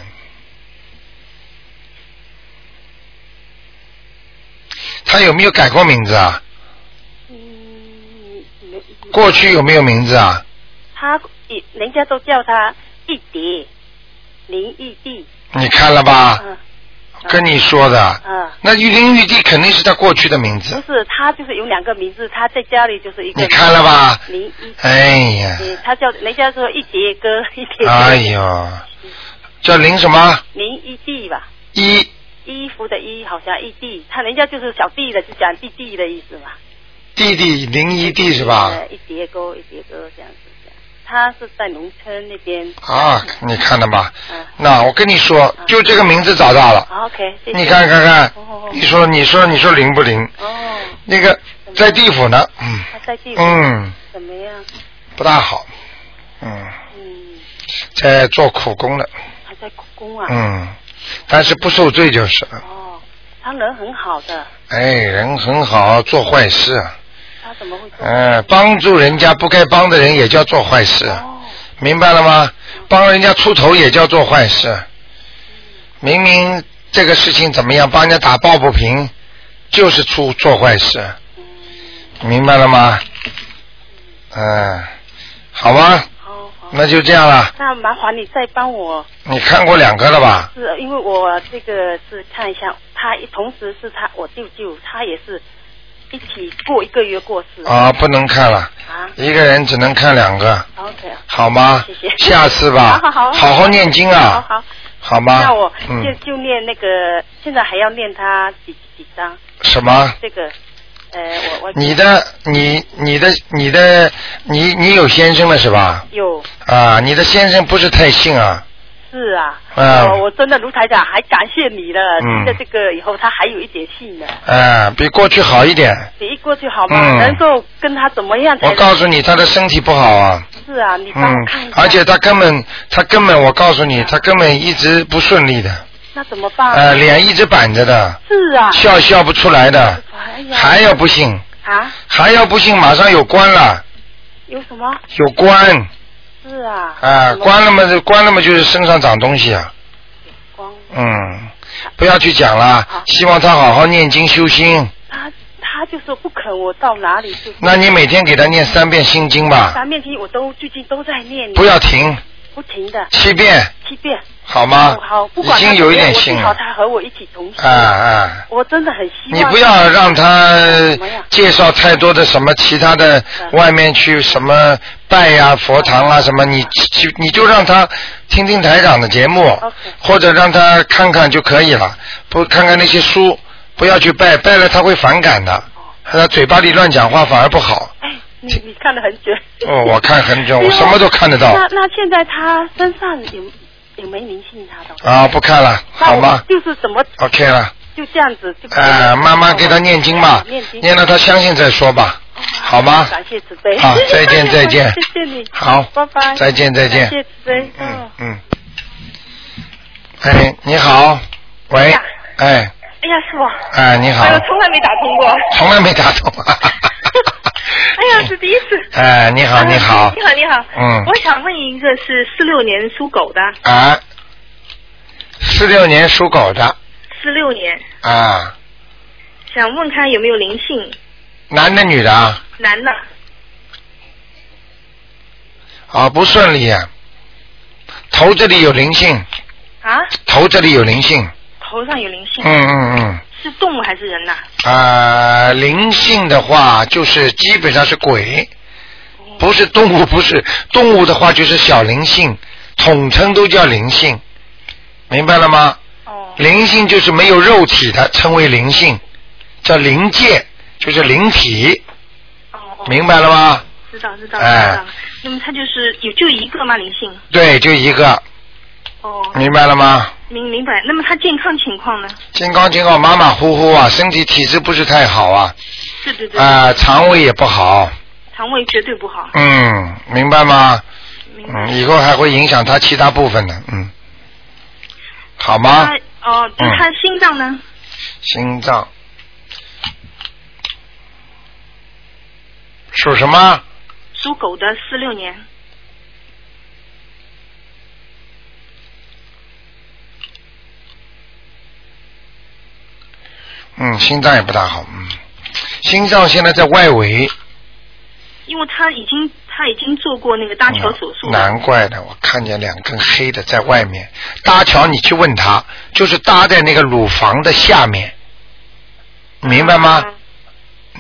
A: 他有没有改过名字啊？
B: 嗯，没
A: 过去有没有名字啊？
B: 他也人家都叫他弟弟，林义弟，
A: 你看了吧？
B: 嗯
A: 跟你说的，
B: 嗯，
A: 那玉林玉帝肯定是他过去的名
B: 不
A: 字。
B: 是他就是有两个名字，他在家里就是一个
A: 你看了吧？
B: 林义，
A: 哎呀，
B: 嗯，他叫人家说一杰哥，一杰哥，
A: 哎呦，叫林什么
B: 林义弟吧。
A: 一？
B: 衣服的衣好像义弟，他人家就是小弟的，就讲弟弟的意思嘛。
A: 弟弟林一弟是吧？
B: 呃，一叠沟一叠沟这样子这样。他是在农村那边。
A: 啊，你看了吧？
B: 嗯、
A: 那我跟你说，就这个名字找到了。
B: 好 OK，谢谢。
A: 你看看看
B: 哦，
A: 你说你说你说灵不灵？
B: 哦，
A: 那个在地府呢，嗯
B: 他啊在地方
A: 嗯，
B: 怎么样？
A: 不大好，嗯，
B: 嗯，
A: 在做苦工了，
B: 他在故宫啊。。
A: 嗯，但是不受罪就是了。
B: 哦，他人很好的，
A: 哎，人很好，做坏事，啊
B: 他怎么会做？
A: 嗯，帮助人家不该帮的人也叫做坏事，啊
B: 哦，
A: 明白了吗？帮人家出头也叫做坏事。明明这个事情怎么样，帮人家打抱不平，就是出做坏事。
B: 嗯，
A: 明白了吗？嗯，好吧，
B: 好好。
A: 那就这样了。
B: 那麻烦你再帮我，
A: 你看过两个了吧？
B: 是因为我这个是看一下，他同时是他我舅舅，他也是一起过一个月过世。
A: 啊，不能看了，
B: 啊
A: 一个人只能看两个，
B: ，OK 啊。
A: 好吗？
B: 谢谢
A: 下次吧，
B: (laughs) 好好好
A: 好好念经啊，
B: 好好，
A: 好吗？
B: 那我就
A: 嗯，
B: 就念那个，现在还要念他几几张？
A: 什么？
B: 这个，呃，我我
A: 你的，你，你的，你的，你，你有先生了是吧？
B: 有
A: 啊，你的先生不是太信啊，
B: 是啊，
A: 嗯
B: 我我真的卢台长还感谢你了，
A: 嗯
B: 听了这个以后他还有一点信呢，
A: 啊，比过去好一点。
B: 你一过去好吗？
A: 嗯
B: 能够跟他怎么样才
A: 我告诉你，他的身体不好啊。
B: 是啊，你帮我
A: 嗯
B: 看一，下，
A: 而且他根本，他根本，我告诉你，他根本一直不顺利的，
B: 那怎么办？
A: 呃，脸一直板着的，
B: 是啊，
A: 笑笑不出来的，
B: 哎呀，
A: 还要不信，
B: 啊，
A: 还要不信，马上有关了，
B: 有什么？
A: 有关
B: 是啊，
A: 啊、
B: 什么
A: 关了嘛，就关了嘛，就是身上长东西啊，
B: 光，
A: 嗯，不要去讲了
B: 好，
A: 希望他好好念经修心。
B: 他他就说不肯我到哪里去，
A: 那你每天给他念三遍心经吧，
B: 三面经我都最近都在念，
A: 不要停，
B: 不停的
A: 七遍
B: 七遍。
A: 好吗
B: 哦？好，不
A: 已
B: 管他
A: 经有一点
B: 怎
A: 信
B: 么样我最
A: 了，
B: 好他和我一起同行。
A: 啊啊。
B: 我真的很希望。
A: 你不要让他
B: 怎么样
A: 介绍太多的什么其他的
B: 嗯
A: 外面去什么拜呀、佛堂啊什么，你就你就让他听听台长的节目
B: OK，
A: 或者让他看看就可以了，不看看那些书，不要去拜，拜了他会反感的，他嘴巴里乱讲话反而不好。
B: 哎，你你看得很准。
A: 哦，我看很
B: (laughs)
A: 准，
B: 对
A: 我
B: 啊
A: 什么都看得到
B: 那那现在他身上有有没灵性？他的？
A: 啊，不看了，
B: 那
A: 好
B: 我
A: 吗
B: 就是怎么
A: ？OK 了，
B: 就这样子就。
A: 呃，慢慢给他念经吧
B: 念经，
A: 念到他相信再说吧，好吗？
B: 感谢慈悲。
E: (laughs)
A: 好再见再见
B: 谢谢你。
A: 好
B: 拜拜。
A: 再见再见
B: 感谢慈悲。
A: 嗯
E: 啊
B: 嗯。
A: 嗯。哎，你好，喂，哎，
E: 哎呀，师傅，
A: 哎，你好
E: 哎，呀，从来没打通过。
A: 从来没打通。
E: (laughs) 哎呀，是第一次。
A: 哎，你好，你好
E: 你，好，你好。
A: 嗯
E: 我想问一个是四六年属狗的，
A: 啊，四六年属狗的
E: 四六年
A: 啊，
E: 想问看有没有灵性，
A: 男的女的啊？
E: 男的，
A: 啊，不顺利啊，头这里有灵性，
E: 啊，
A: 头这里有灵性，
E: 头上有灵性，
A: 嗯嗯嗯，
E: 是动物还是人呐、
A: 啊、灵性的话就是基本上是鬼，不是动物，不是动物的话就是小灵性，统称都叫灵性，明白了吗？
E: 哦，
A: 灵性就是没有肉体的，称为灵性，叫灵界，就是灵体，
E: 哦哦，
A: 明白了吗？
E: 知道知道知道。
A: 哎
E: 那么他就是有就一个吗？灵性？
A: 对，就一个，
E: 哦，
A: 明白了吗？
E: 明明白。那么他健康情况呢？
A: 健康情况马马虎虎啊，身体体质不是太好啊，
E: 对对对，
A: 啊、肠胃也不好，
E: 肠胃绝对不好。
A: 嗯，明白吗？
E: 明白。
A: 嗯，以后还会影响他其他部分的，嗯，好吗？
E: 他哦，就
A: 嗯
E: 他心脏呢？
A: 心脏属什么？
E: 属狗的，四六年。
A: 嗯，心脏也不大好，嗯，心脏现在在外围，
E: 因为他已经他已经做过那个搭桥手术
A: 嗯
E: 了，
A: 难怪的，我看见两根黑的在外面搭桥，你去问他，就是搭在那个乳房的下面，明白
E: 嗯
A: 吗？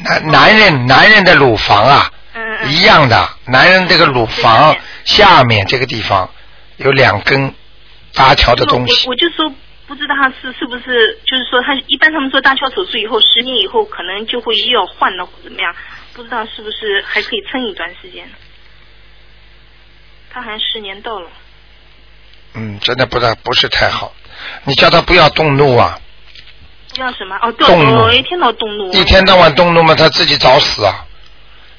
A: 男男人男人的乳房啊，
E: 嗯嗯
A: 一样的，男人这个乳房下面这个地方有两根搭桥的
E: 我
A: 东西
E: 我，我就说不知道他是是不是，就是说他一般他们做搭桥手术以后，十年以后可能就会也有换了或怎么样，不知道是不是还可以撑一段时间。他好像十年到了，
A: 嗯，真的不大不是太好。你叫他不要动怒啊，
E: 不知道什么哦，对，
A: 动怒
E: 我一天到晚动怒，啊
A: 一天到晚动怒嘛，他自己找死啊，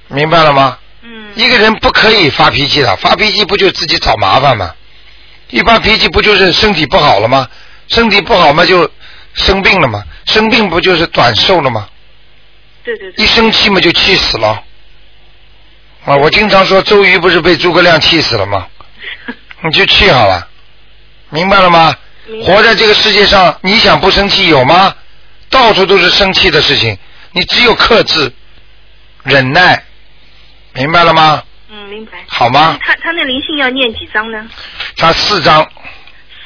A: 明白了吗？
E: 嗯，
A: 一个人不可以发脾气的，发脾气不就自己找麻烦吗？一发脾气不就是身体不好了吗？身体不好嘛就生病了嘛，生病不就是短寿了吗？
E: 对对对，
A: 一生气嘛就气死了。啊，我经常说周瑜不是被诸葛亮气死了
E: (laughs)
A: 吗？你就气好了，明白了吗？
E: 明白
A: 活在这个世界上，你想不生气有吗？到处都是生气的事情，你只有克制、忍耐，明白了吗？
E: 嗯明白。
A: 好吗？
E: 他他那灵性要念几张呢？
A: 他四张啊、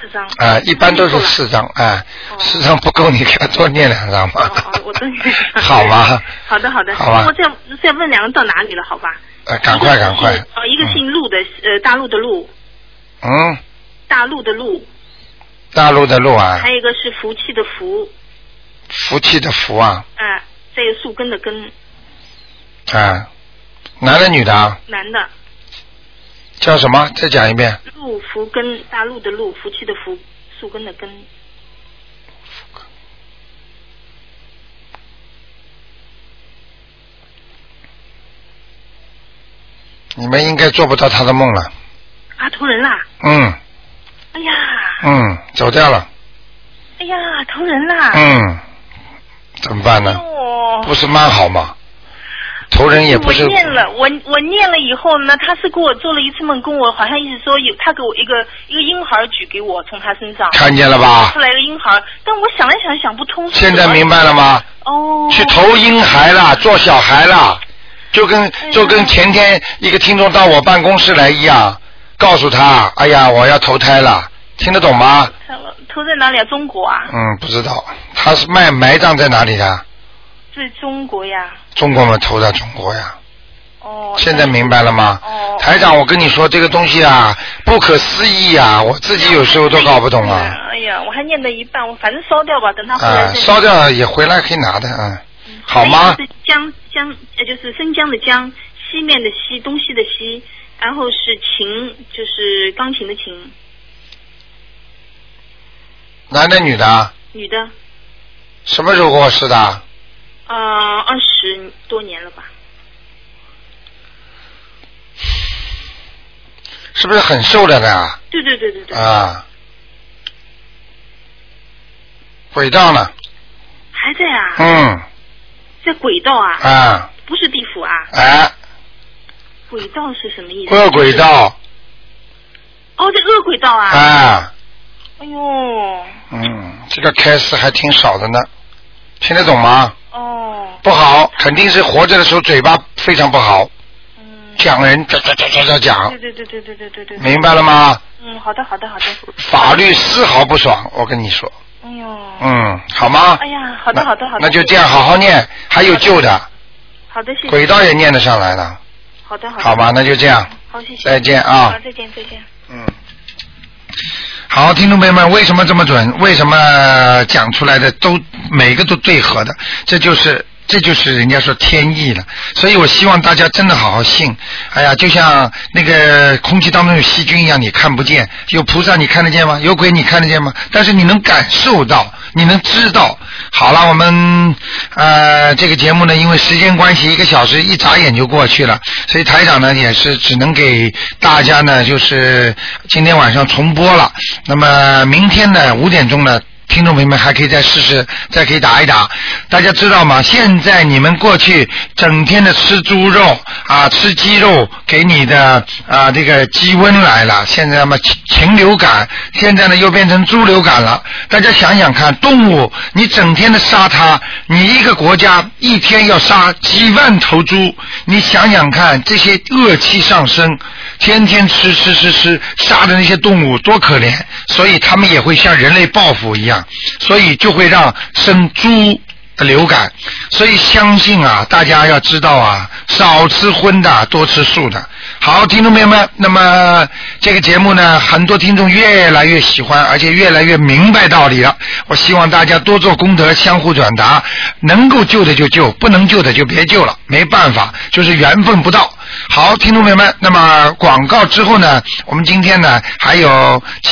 E: 四张。
A: 一般都是四张啊、
E: 哦
A: 四张不够，你给他多念两张吧。
E: 哦哦我多念两
A: (laughs)
E: 张
A: 好吗？
E: 好的好的，
A: 好吧
E: 我再再问两个到哪里了？好吧。
A: 呃，赶快赶快。嗯
E: 哦，一个姓陆的，呃，大陆的陆，
A: 嗯，嗯
E: 大陆的陆，
A: 大陆的陆啊
E: 还，有一个是福气的福，
A: 福气的福啊
E: 啊、这个树根的根，
A: 啊，男的女的啊，
E: 男的，
A: 叫什么？再讲一遍。
E: 陆福根，大陆的陆，福气的福，树根的根，
A: 你们应该做不到他的梦了。
E: 啊，投人啦！
A: 嗯
E: 哎呀，
A: 嗯，走掉了。
E: 哎呀，投人啦！
A: 嗯，怎么办呢？
E: 哦
A: 不是蛮好吗？投人也不
E: 我
A: 是。
E: 念了，我我念了以后呢，他是给我做了一次梦，跟我好像一直说有他给我一个一个婴孩举给我，从他身上
A: 看见了吧
E: 出？来一个婴孩，但我想来想去想不通。
A: 现在明
E: 白
A: 白了吗？
E: 哦，
A: 去投婴孩啦，做小孩啦，就跟就跟前天一个听众到我办公室来一样，告诉他，哎呀，我要投胎了，听得懂吗？
E: 投在哪里啊？中国啊，
A: 嗯，不知道，他是卖埋葬在哪里的？
E: 在中国呀。
A: 中国嘛，投在中国呀。
E: 哦，
A: 现在明白了吗？
E: 哦
A: 台长，我跟你说这个东西啊，不可思议啊，我自己有时候都搞不懂啊。
E: 哎呀，我还念到一半，我反正烧掉吧，等
B: 嗯
E: 他回来
A: 啊
E: 再，念。
A: 烧掉也回来可以拿的，嗯，好吗？
E: 是江江，呃，就是生姜的姜，西面的西，东西的西，然后是琴，就是钢琴的琴，
A: 男的女的啊？
E: 女的，
A: 什么时候过世的？
E: 呃，二十多年了吧？
A: 是不是很瘦的呢？
E: 对对对对对，
A: 啊，轨道呢？
E: 还在啊，
A: 嗯，
E: 在轨道啊，
A: 啊，
E: 不是地府啊，
A: 哎，
E: 轨道是什么意思？
A: 恶轨道，
E: 哦，在恶轨道啊，
A: 啊，
E: 哎呦，
A: 嗯，这个开始还挺少的呢，听得懂吗？
E: 哦
A: 不好，肯定是活着的时候嘴巴非常不好，讲人讲讲讲讲讲讲
G: 对，对对对对对对对。
A: 明白了吗？
G: 嗯，好的好的好的。
A: 法律丝毫不爽，我跟你说，
G: 哎呦。
A: 嗯，好吗？
G: 哎呀，好的好的好的。
A: 那就这样，好好念，还有救的，
G: 好的，谢谢。
A: 轨道也念得上来了，
G: 好的好的。
A: 好吧？那就这样。
G: 好，谢谢。
A: 再见啊
G: 好，再见再见。
A: 嗯，好，听众朋友们，为什么这么准？为什么讲出来的都每个都对合的？这就是这就是人家说天意了。所以我希望大家真的好好信。哎呀，就像那个空气当中有细菌一样，你看不见；有菩萨你看得见吗？有鬼你看得见吗？但是你能感受到，你能知道。好了，我们呃这个节目呢，因为时间关系，一个小时一眨眼就过去了，所以台长呢也是只能给大家呢就是今天晚上重播了。那么明天呢五点钟呢。听众朋友们还可以再试试，再可以打一打。大家知道吗？现在你们过去整天的吃猪肉啊，吃鸡肉，给你的啊这个鸡瘟来了。现在嘛禽禽流感，现在呢又变成猪流感了。大家想想看，动物你整天的杀它，你一个国家一天要杀几万头猪，你想想看，这些恶气上升，天天吃吃吃吃，杀的那些动物多可怜，啊所以他们也会像人类报复一样，所以就会让生猪。流感，所以相信啊，大家要知道啊，少吃荤的，多吃素的。好，听众朋友们，那么这个节目呢，很多听众越来越喜欢，而且越来越明白道理了。我希望大家多做功德，相互转达，能够救的就救，不能救的就别救了，没办法，就是缘分不到。好，听众朋友们，那么广告之后呢，我们今天呢还有。